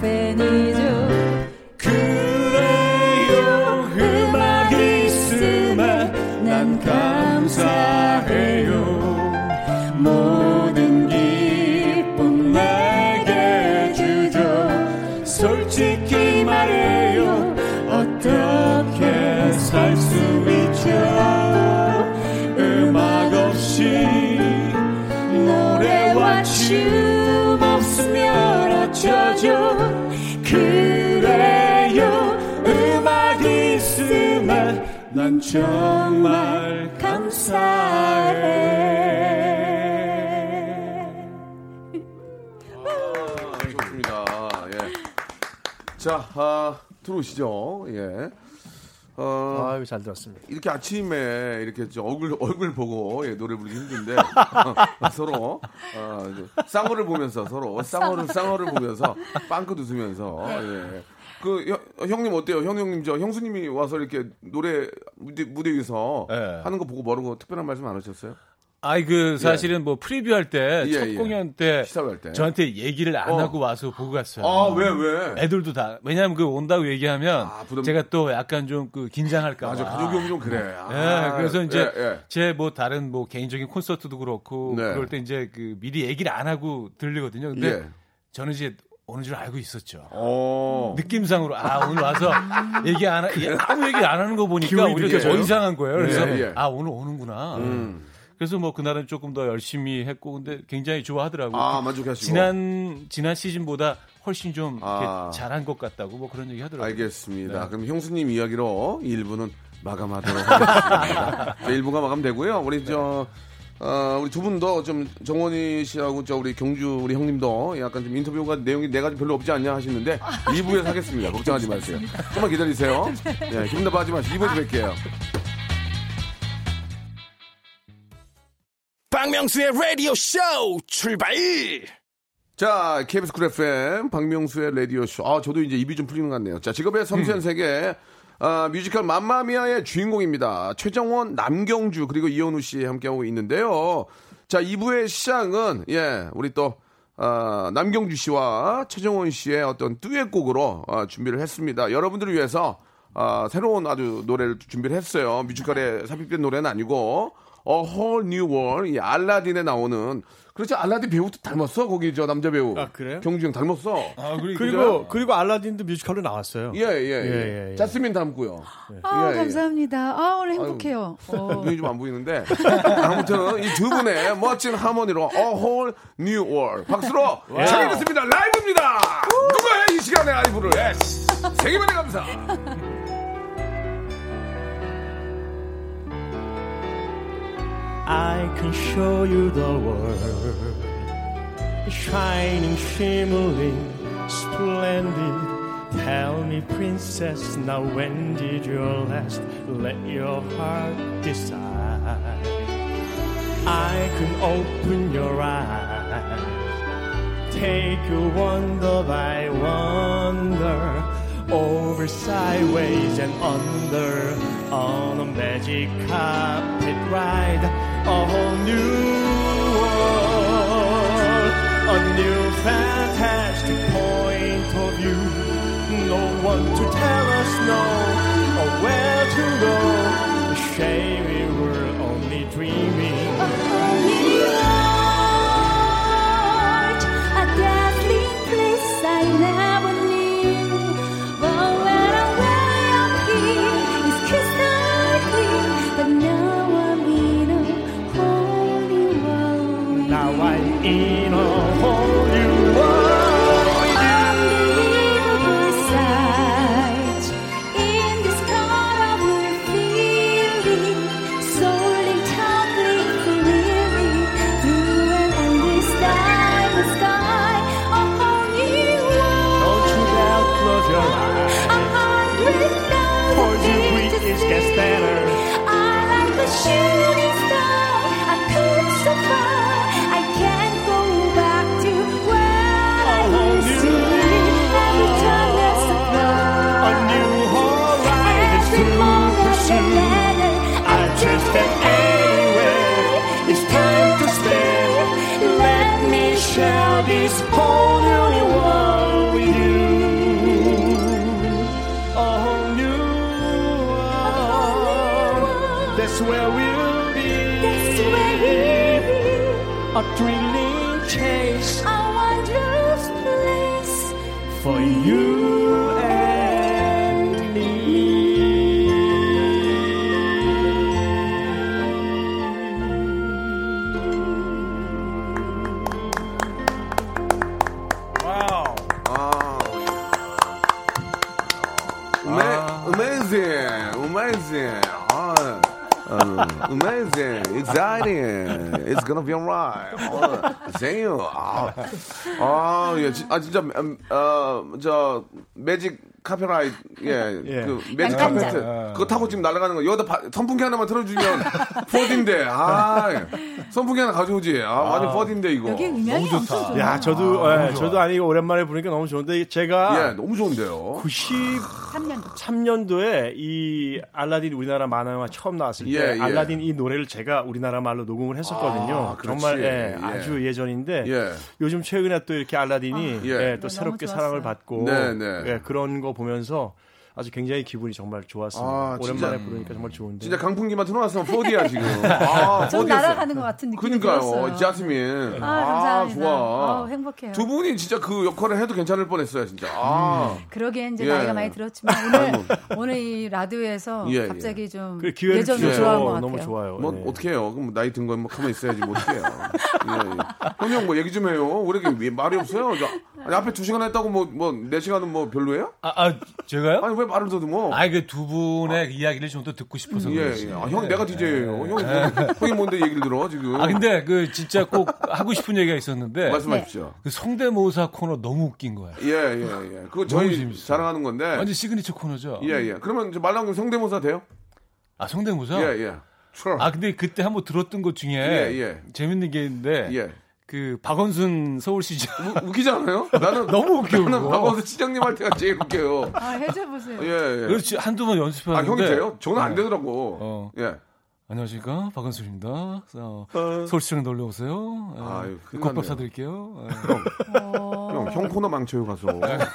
S10: 팬이죠
S1: 네.
S9: 그래요 음악이 있음에 난 감사해요 모든 기쁨 내게 주죠 솔직히 말해요 어떻게 살 수 있죠 음악 없이 노래와 춤 없으면 어쩌죠 그래요 음악이 있으면 난 정말 감사해
S1: 좋습니다. 예. 자, 아, 들어오시죠. 예. 어,
S11: 아유, 잘 들었습니다.
S1: 이렇게 아침에 이렇게 저 얼굴 얼굴 보고 예, 노래 부르기 힘든데 서로 어, 이제 쌍어를 보면서 서로 쌍어를 쌍어를 보면서 빵긋 웃으면서 예. 그 형- 형님 어때요? 형 형님 저 형수님이 와서 이렇게 노래 무대, 무대 위에서
S12: 예.
S1: 하는 거 보고 뭐라고 특별한 말씀 안 하셨어요?
S12: 아이 그 사실은 뭐 프리뷰 할 때 첫
S1: 예, 예.
S12: 공연 때
S1: 시사회 할 때.
S12: 저한테 얘기를 안
S1: 어.
S12: 하고 와서 보고 갔어요.
S1: 아, 왜, 왜?
S12: 애들도 다 왜냐하면 그 온다고 얘기하면 제가 또 약간 좀 그 긴장할까 봐.
S1: 아, 맞아, 가족이 오면 좀 그래.
S12: 예,
S1: 아,
S12: 그래서 이제
S1: 예, 예.
S12: 제 뭐 다른 뭐 개인적인 콘서트도 그렇고
S1: 네.
S12: 그럴 때 이제 그 미리 얘기를 안 하고 들리거든요. 근데
S1: 예.
S12: 저는 이제 오는 줄 알고 있었죠.
S1: 오.
S12: 느낌상으로 아 오늘 와서 얘기 안 하,
S1: 그래요?
S12: 아무 얘기 안 하는 거 보니까
S1: 기운이
S12: 오히려
S1: 느껴져요?
S12: 더 이상한 거예요. 그래서
S1: 예, 예.
S12: 아 오늘 오는구나.
S1: 음.
S12: 그래서 뭐 그날은 조금 더 열심히 했고 근데 굉장히 좋아하더라고요.
S1: 아, 만족하시고.
S12: 지난 지난 시즌보다 훨씬 좀 이렇게
S1: 아.
S12: 잘한 것 같다고 뭐 그런 얘기 하더라고요.
S1: 알겠습니다. 그럼 형수님 이야기로 1부는 마감하도록 하겠습니다. 1부가 마감되고요. 우리 저 어, 우리 두 분 더 좀 정원희 씨하고 저 우리 경주 우리 형님도 약간 좀 인터뷰가 내용이 네 내가 좀 별로 없지 않냐 하시는데 2부에서 하겠습니다. 걱정하지 마세요. 좀만 기다리세요. 예, 기분 나빠하지 마시고 2부에서 뵐게요.
S7: 박명수의 라디오 쇼 출발!
S1: 자, KBS 쿨 FM, 박명수의 라디오쇼. 아, 저도 이제 입이 좀 풀리는 것 같네요. 자, 직업의 섬세한 세계, 아, 뮤지컬 맘마미아의 주인공입니다. 최정원, 남경주, 그리고 이현우 씨 함께하고 있는데요. 자, 2부의 시작은, 예, 우리 또, 아, 남경주 씨와 최정원 씨의 어떤 듀엣곡으로 아, 준비를 했습니다. 여러분들을 위해서 아, 새로운 아주 노래를 준비를 했어요. 뮤지컬에 삽입된 노래는 아니고 A Whole New World, 이 알라딘에 나오는 그렇지 알라딘 배우도 닮았어 거기 저 남자 배우.
S11: 아, 그래요? 아,
S1: 경주 형 닮았어.
S11: 그리고 그리고, 알라딘도 뮤지컬로 나왔어요.
S1: 예예 예, 예.
S11: 예, 예, 예.
S1: 자스민 닮고요.
S10: 어,
S13: 아
S1: 예, 예.
S13: 감사합니다. 아 오늘 행복해요. 어.
S1: 눈이 좀 안 보이는데 아무튼 이 두 분의 멋진 하모니로 A Whole New World 박수로
S7: 와우.
S1: 시작했습니다. 라이브입니다. 누가 해 이 시간에 라이브를? 세계만의 감사.
S3: I can show you the world. Shining, shimmering, splendid. Tell me, princess, now when did your last let your heart decide? I can open your eyes. Take you wonder by wonder, over sideways and under, on a magic carpet ride, a whole new world, a new fantastic point.
S10: Oh,
S14: for you and me.
S1: 와우. 아. Amazing, amazing. 아, 어, amazing, exciting. It's gonna be alright. 어, 세요. 아, 아, 예, 지- 아 진짜 음, 어, 저 매직 카페라이트, 예, 그 매직
S15: 양탄자.
S1: 카페트 그거 타고 지금 날아가는 거. 여기다 바- 선풍기 하나만 틀어주면 포딘데. 아, 선풍기 하나 가져오지. 아, 완전
S3: 아.
S1: 포딘데 이거.
S10: 여기 음향이 엄청 좋아요.
S3: 야, 저도
S1: 아,
S3: 예,
S1: 너무 좋아.
S3: 저도 아니 오랜만에 보니까 너무 좋은데 이게 제가
S1: 예, 너무 좋은데요.
S10: 3년
S3: 93년도에 이 알라딘 우리나라 만화영화 처음 나왔을 때
S1: 예, 예.
S3: 알라딘 이 노래를 제가 우리나라 말로 녹음을 했었거든요.
S1: 아, 그렇지.
S3: 정말 예,
S1: 예.
S3: 아주 예전인데
S1: 예.
S3: 요즘 최근에 또 이렇게 알라딘이
S1: 아, 예.
S3: 예,
S1: 네,
S3: 또
S1: 너무
S3: 새롭게
S1: 좋았어요.
S3: 사랑을 받고
S1: 네, 네.
S3: 예, 그런 거 보면서 아주 굉장히 기분이 정말 좋았습니다.
S1: 아, 진짜.
S3: 오랜만에 부르니까 정말 좋은데.
S1: 진짜 강풍기만 틀어놨으면 4D야 지금. 아,
S10: 전
S1: 4D 였어.
S10: 날아가는 것 같은 느낌이
S1: 그러니까요,
S10: 들었어요.
S1: 자스민.
S10: 아, 감사합니다.
S1: 좋아.
S10: 어, 행복해요.
S1: 두 분이 진짜 그 역할을 해도 괜찮을 뻔했어요, 진짜. 아,
S10: 그러기엔 이제
S1: 예.
S10: 나이가 많이 들었지만 오늘 오늘 이 라디오에서
S1: 예, 예.
S10: 갑자기 좀
S3: 그래, 기회를
S10: 예전
S3: 주셔서
S10: 좋아한 것 같아요.
S3: 너무 좋아요.
S10: 음.
S3: 네.
S1: 뭐
S9: 네.
S1: 어떻게 해요? 그럼 나이 든 건뭐 가만 히 있어야지 뭐 어떻게 해요? 예, 예. 형님 뭐 얘기 좀 해요. 왜 이렇게 왜 말이 없어요? 저, 아니, 앞에 두 시간 했다고 뭐뭐네 시간은 뭐 별로예요?
S9: 아, 아 제가요?
S1: 아니 왜 말을 더듬어?
S9: 아니 그두 분의 이야기를 좀 더 듣고 싶어서
S1: 예,
S9: 그렇지.
S1: 예. 아, 형 내가 DJ예요. 형이 뭐, 형이 뭔데 얘기를 들어 지금?
S9: 네. 아 근데 그 진짜 꼭 하고 싶은 얘기가 있었는데
S1: 말씀하십시오.
S9: 그 성대모사 코너 너무 웃긴 거야.
S10: 네.
S1: 예, 예, 예. 그거
S9: 너무
S1: 저희
S9: 재밌어요.
S1: 자랑하는 건데.
S9: 완전 시그니처 코너죠.
S1: 예, 예. 그러면 이제 말나온 김에 성대모사 돼요?
S9: 아 성대모사?
S1: 예, 예. Sure.
S9: 아 근데 그때 한번 들었던 것 중에
S1: 예, 예.
S9: 재밌는 게 있는데
S1: 예. 뭐,
S9: 그 박원순 서울시장
S1: 웃기지 않아요? 나는
S9: 너무 웃겨.
S1: 나는
S9: 그거.
S1: 박원순 시장님 할 때가 제일 웃겨요.
S10: 아, 해줘보세요.
S1: 예, 예.
S9: 그렇지 한두 번
S1: 아,
S9: 연습하는데
S1: 형이 돼요? 저는 안
S9: 어.
S1: 되더라고.
S9: 어.
S1: 예.
S9: 안녕하십니까 박원순입니다. 어, 서울시장 놀러 오세요. 아,
S1: 아. 아유, 큰일 났네요. 어,
S9: 국밥 사드릴게요. 예.
S1: 형, 형 코너 망쳐요, 가서.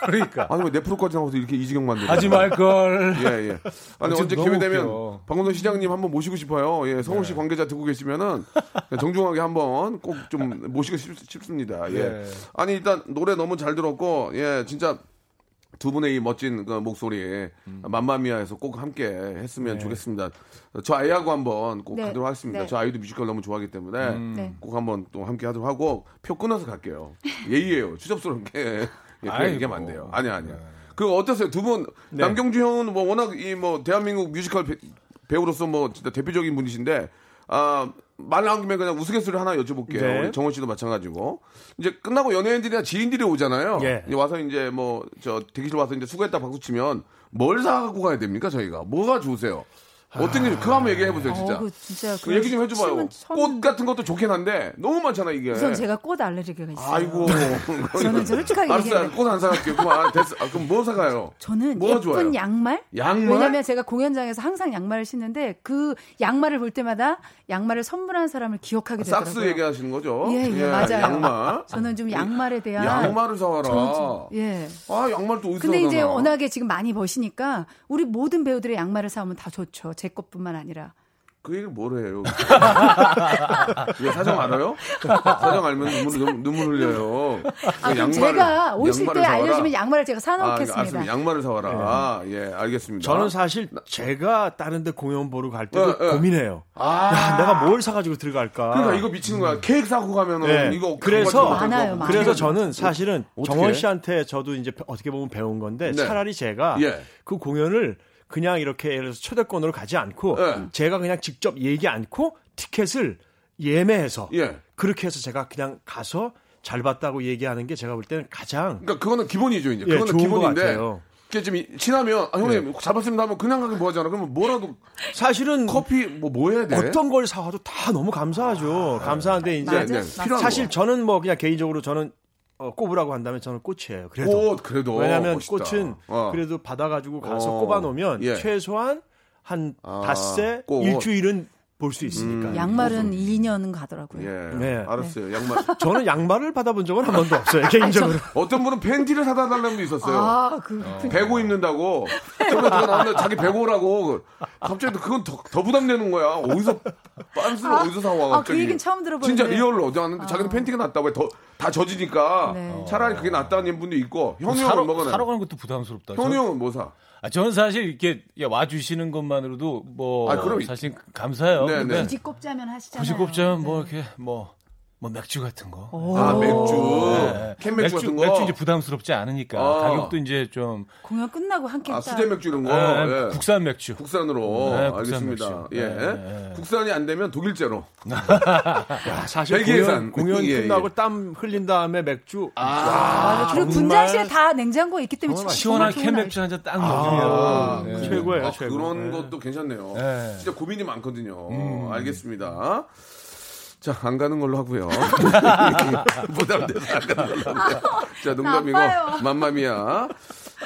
S9: 그러니까.
S1: 아니, 왜내 프로까지 나와서 이렇게 이지경 만들어.
S9: 하지 말걸.
S1: 예, 예. 아니,
S9: 어쨌든
S1: 언제
S9: 너무
S1: 기회 되면
S9: 웃겨. 네.
S1: 박원순 시장님 한번 모시고 싶어요. 예, 서울시 관계자 듣고 계시면은 그냥 정중하게 한번 꼭 좀 모시고 싶, 습니다 예.
S9: 네.
S1: 아니, 일단 노래 너무 잘 들었고, 예, 진짜 두 분의 이 멋진 그 목소리
S9: 음.
S1: 맘마미아에서 꼭 함께 했으면
S9: 네.
S1: 좋겠습니다. 저 아이하고 한번 꼭
S10: 네.
S1: 가도록 하겠습니다.
S10: 네.
S1: 저 아이도 뮤지컬 너무 좋아하기 때문에
S10: 음. 네.
S1: 꼭 한번 또 함께 하도록 하고 표 끊어서 갈게요. 예의예요. 추접스럽게 예, 그냥
S9: 아이고.
S1: 얘기하면 안 돼요. 아니 아니요. 그 어땠어요? 두 분 남경주 형은 뭐 워낙 이 뭐 대한민국 뮤지컬 배, 우로서뭐 진짜 대표적인 분이신데 아 말 나온 김에 그냥 우스갯소리 하나 여쭤볼게요.
S3: 네.
S1: 우리 정원 씨도 마찬가지고 이제 끝나고 연예인들이나 지인들이 오잖아요.
S3: 예.
S1: 이제 와서 이제 뭐 저 대기실 와서 이제 수고했다 박수 치면 뭘 사갖고 가야 됩니까 저희가? 뭐가 좋으세요? 어떤 게 그거 한번 얘기해 보세요 진짜.
S10: 어, 그 진짜
S1: 그 얘기 좀 해줘봐요.
S10: 질문 처음-
S1: 꽃 같은 것도 좋긴 한데 너무 많잖아 이게.
S10: 우선 제가 꽃 알레르기가 있어요.
S1: 아이고.
S10: 저는 솔직하게
S1: 알았어,
S10: 얘기해요.
S1: 꽃안 사갈게요. 그럼 아, 됐어. 아, 그럼 뭐 사가요?
S10: 저는
S1: 뭐
S10: 예쁜
S1: 좋아요?
S10: 양말?
S1: 양말?
S10: 왜냐면 제가 공연장에서 항상 양말을 신는데 그 양말을 볼 때마다 양말을 선물한 사람을 기억하게 되더라고요.
S1: 싹스 얘기하시는 거죠?
S10: 예, 예, 맞아요.
S1: 양말.
S10: 저는 좀 양말에 대한
S1: 양말을 사와라.
S10: 저는 좀- 예.
S1: 아, 양말 또 어디서
S10: 근데 이제
S1: 사나?
S10: 워낙에 지금 많이 버시니까 우리 모든 배우들의 양말을 사오면 다 좋죠. 제 것뿐만 아니라.
S1: 그 얘기를 뭘 해요? 예, 사정 알아요? 사정 알면 눈물, 눈- 눈물 흘려요.
S10: 아, 그럼
S1: 양말을-
S10: 제가 오실
S1: 양말을
S10: 때
S1: 사와라.
S10: 알려주면 양말을 제가
S1: 아, 알았습니다.
S10: 사놓겠습니다.
S1: 양말을 사와라. 예, 알겠습니다.
S3: 저는 사실 제가 다른 데 공연 보러 갈 때도
S1: 예, 예.
S3: 고민해요. 야, 내가 뭘 사가지고 들어갈까?
S1: 그러니까 이거 미치는 거야. 케이크 사고 가면은
S3: 아. 네.
S1: 이거
S3: 그래서
S1: 그거
S10: 많아요,
S1: 어떡해.
S10: 많아요.
S3: 그래서 저는 사실은
S1: 어떻게?
S3: 정원 씨한테 저도 이제 어떻게 보면 배운 건데
S1: 네.
S3: 차라리 제가
S1: 예.
S3: 그 공연을 그냥 이렇게 예를 들어서 초대권으로 가지 않고
S1: 예.
S3: 제가 그냥 직접 얘기 않고 티켓을 예매해서
S1: 예.
S3: 그렇게 해서 제가 그냥 가서 잘 봤다고 얘기하는 게 제가 볼 때는 가장
S1: 그러니까 그거는 기본이죠 이제.
S3: 예,
S1: 그거는
S3: 좋은 것
S1: 기본인데.
S3: 같아요. 네.
S1: 이게 좀 이- 친하면 아, 형님 잘 봤습니다 하면 그냥 가기 뭐하잖아. 그러면 뭐라도
S3: 사실은
S1: 커피 뭐 뭐 해야 돼?
S3: 어떤 걸 사와도 다 너무 감사하죠. 감사한데 이제
S1: 맞아, 네, 네. 필요한
S3: 사실
S1: 거.
S3: 저는 뭐 그냥 개인적으로 저는 어, 꼽으라고 한다면 저는 꽃이에요. 그래도
S1: 꽃 그래도
S3: 왜냐하면
S1: 멋있다.
S3: 꽃은
S1: 어.
S3: 그래도 받아가지고 가서
S1: 어.
S3: 꼽아놓으면
S1: 예.
S3: 최소한 한
S1: 아, 음.
S3: 닷새
S1: 꽃.
S3: 일주일은 볼 수 있으니까.
S10: 양말은 2년 가더라고요.
S1: 예.
S3: 네.
S1: 알았어요. 양말.
S3: 저는 양말을 받아본 적은 한 번도 없어요 개인적으로.
S1: 어떤 분은 팬티를 사다 달라는 분도 있었어요.
S10: 아, 그, 그-
S1: 배고 입는다고. 저거 누가 나왔는데 자기 배고라고. 갑자기 또 그건 더, 더 부담되는 거야. 어디서 빤스를
S10: 아,
S1: 어디서 사와
S10: 아, 그
S1: 갑자기.
S10: 얘기는 처음 들어보는데. 아.
S1: 진짜 리얼로 어디 왔는데 자기는 팬티가 났다고 더 다 젖으니까 어.
S10: 네.
S1: 차라리 그게 낫다는 분도 있고 형이
S9: 뭐 사러,
S1: 형은 먹어요.
S9: 사러 가는 것도 부담스럽다.
S1: 형이
S9: 저-
S1: 형은 뭐 사?
S9: 아, 저는 사실 이렇게 야, 와주시는 것만으로도 뭐
S1: 아, 그럼 이-
S9: 사실 감사해요.
S1: 네,
S9: 근데
S10: 굳이 꼽자면 하시잖아요.
S9: 굳이 꼽자면 뭐 이렇게 뭐, 뭐 맥주 같은 거.
S1: 아, 맥주. 캔 맥주 같은 거?
S9: 네. 맥주 이제 부담스럽지 않으니까
S1: 아.
S9: 가격도 이제 좀
S10: 공연 끝나고 함께
S1: 아,
S10: 딱
S1: 수제 맥주 이런 거.
S9: 네,
S1: 예.
S9: 국산 맥주.
S1: 국산으로
S9: 네, 국산
S1: 알겠습니다.
S9: 맥주.
S1: 예.
S9: 네,
S1: 국산이 안 되면 독일제로.
S3: 사실
S1: 벨기에산.
S3: 공연, 공연
S1: 예, 예.
S3: 끝나고 땀 흘린 다음에 맥주.
S10: 맞아. 그리고 분장실에 다 냉장고에 있기 때문에 정말
S9: 시원한
S10: 좋은
S9: 캔
S10: 아이디어.
S9: 맥주 한 잔 딱
S1: 아,
S9: 먹으면
S1: 네.
S9: 네.
S1: 아, 그런 것도 괜찮네요. 진짜 고민이 많거든요.
S9: 음.
S1: 알겠습니다. 자, 안 가는 걸로 하고요. 부담돼서 안 가는 걸로 하고요. 자, 농담이고.
S15: 나빠요.
S1: 맘마미야.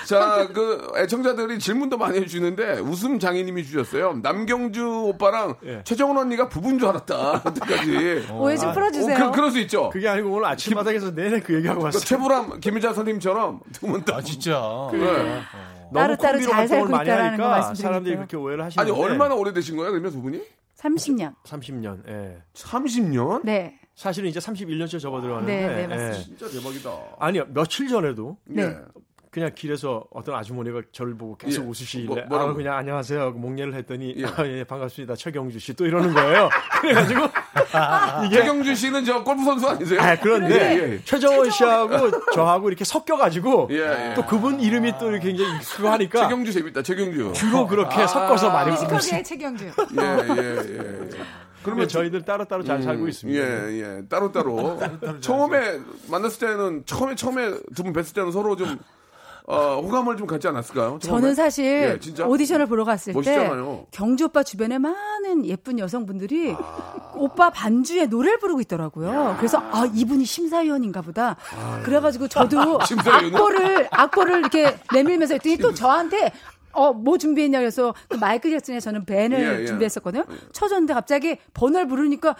S1: 자, 그 애청자들이 질문도 많이 해주시는데 웃음 장인님이 주셨어요. 남경주 오빠랑 최정은 언니가 부부인 줄 알았다. 그때까지.
S10: 오해 좀 풀어주세요.
S1: 그, 럴수 있죠.
S3: 그게 아니고 오늘 아침마당에서 내내 그 얘기하고 왔어요.
S1: 최불암 김희자 선생님처럼 두 분 다.
S9: 진짜.
S10: 아,
S1: 네.
S3: 너무
S10: 따로따로
S3: 콤비로
S10: 잘
S3: 활동을
S10: 살고
S3: 많이
S10: 있다라는 거
S3: 하니까
S10: 말씀드리니까요.
S3: 사람들이 그렇게 오해를 하시는
S1: 아니,
S10: 네.
S1: 얼마나 오래되신 거예요? 그러면 두 분이?
S10: 30년.
S3: 30년. 예.
S1: 30년?
S10: 네.
S3: 사실은 이제 31년째 접어
S10: 네,
S3: 들어가는데.
S10: 네,
S3: 예.
S10: 맞습니다.
S1: 진짜 대박이다.
S3: 아니요 며칠 전에도
S1: 네.
S3: 그냥 길에서 어떤 아주머니가 저를 보고 계속
S1: 예. 뭐-
S3: 웃으시길래
S1: 뭐라고?
S3: 아, 그냥 안녕하세요 하고 목례를 했더니 아, 예, 반갑습니다 최경주 씨 또 이러는 거예요 그래가지고 이게
S1: 최경주 씨는 저 골프 선수 아니세요?
S3: 아, 그런데
S1: 예, 예.
S3: 최정원 씨하고 저하고 이렇게 섞여가지고
S1: 예, 예.
S3: 또 그분 이름이 또 이렇게 굉장히 익숙하니까
S1: 최경주 아. 재밌다. 최경주.
S3: 주로 그렇게 섞어서 많이
S10: 뮤지컬
S3: 부르시
S10: 계 최경주.
S1: 예, 예, 예.
S3: 그러면 저희들 따로따로 잘 살고
S1: 음,
S3: 있습니다
S1: 예, 예. 따로따로. 처음에 만났을 때는, 처음에, 처음에 두 분 뵀을 때는 서로 좀, 어, 호감을 좀 갖지 않았을까요? 처음에?
S10: 저는 사실
S1: 예, 진짜?
S10: 오디션을 보러 갔을
S1: 멋있잖아요.
S10: 때 경주 오빠 주변에 많은 예쁜 여성분들이
S1: 아.
S10: 오빠 반주에 노래를 부르고 있더라고요. 그래서 아 이분이 심사위원인가 보다. 그래가지고 저도
S15: 심사위원은?
S10: 악보를 악보를 이렇게 내밀면서 했더니 또 저한테 어 뭐 준비했냐 그래서 그 마이크 잭슨에 저는 밴을
S15: 예, 예.
S10: 준비했었거든요. 쳐줬는데 갑자기 번호를 부르니까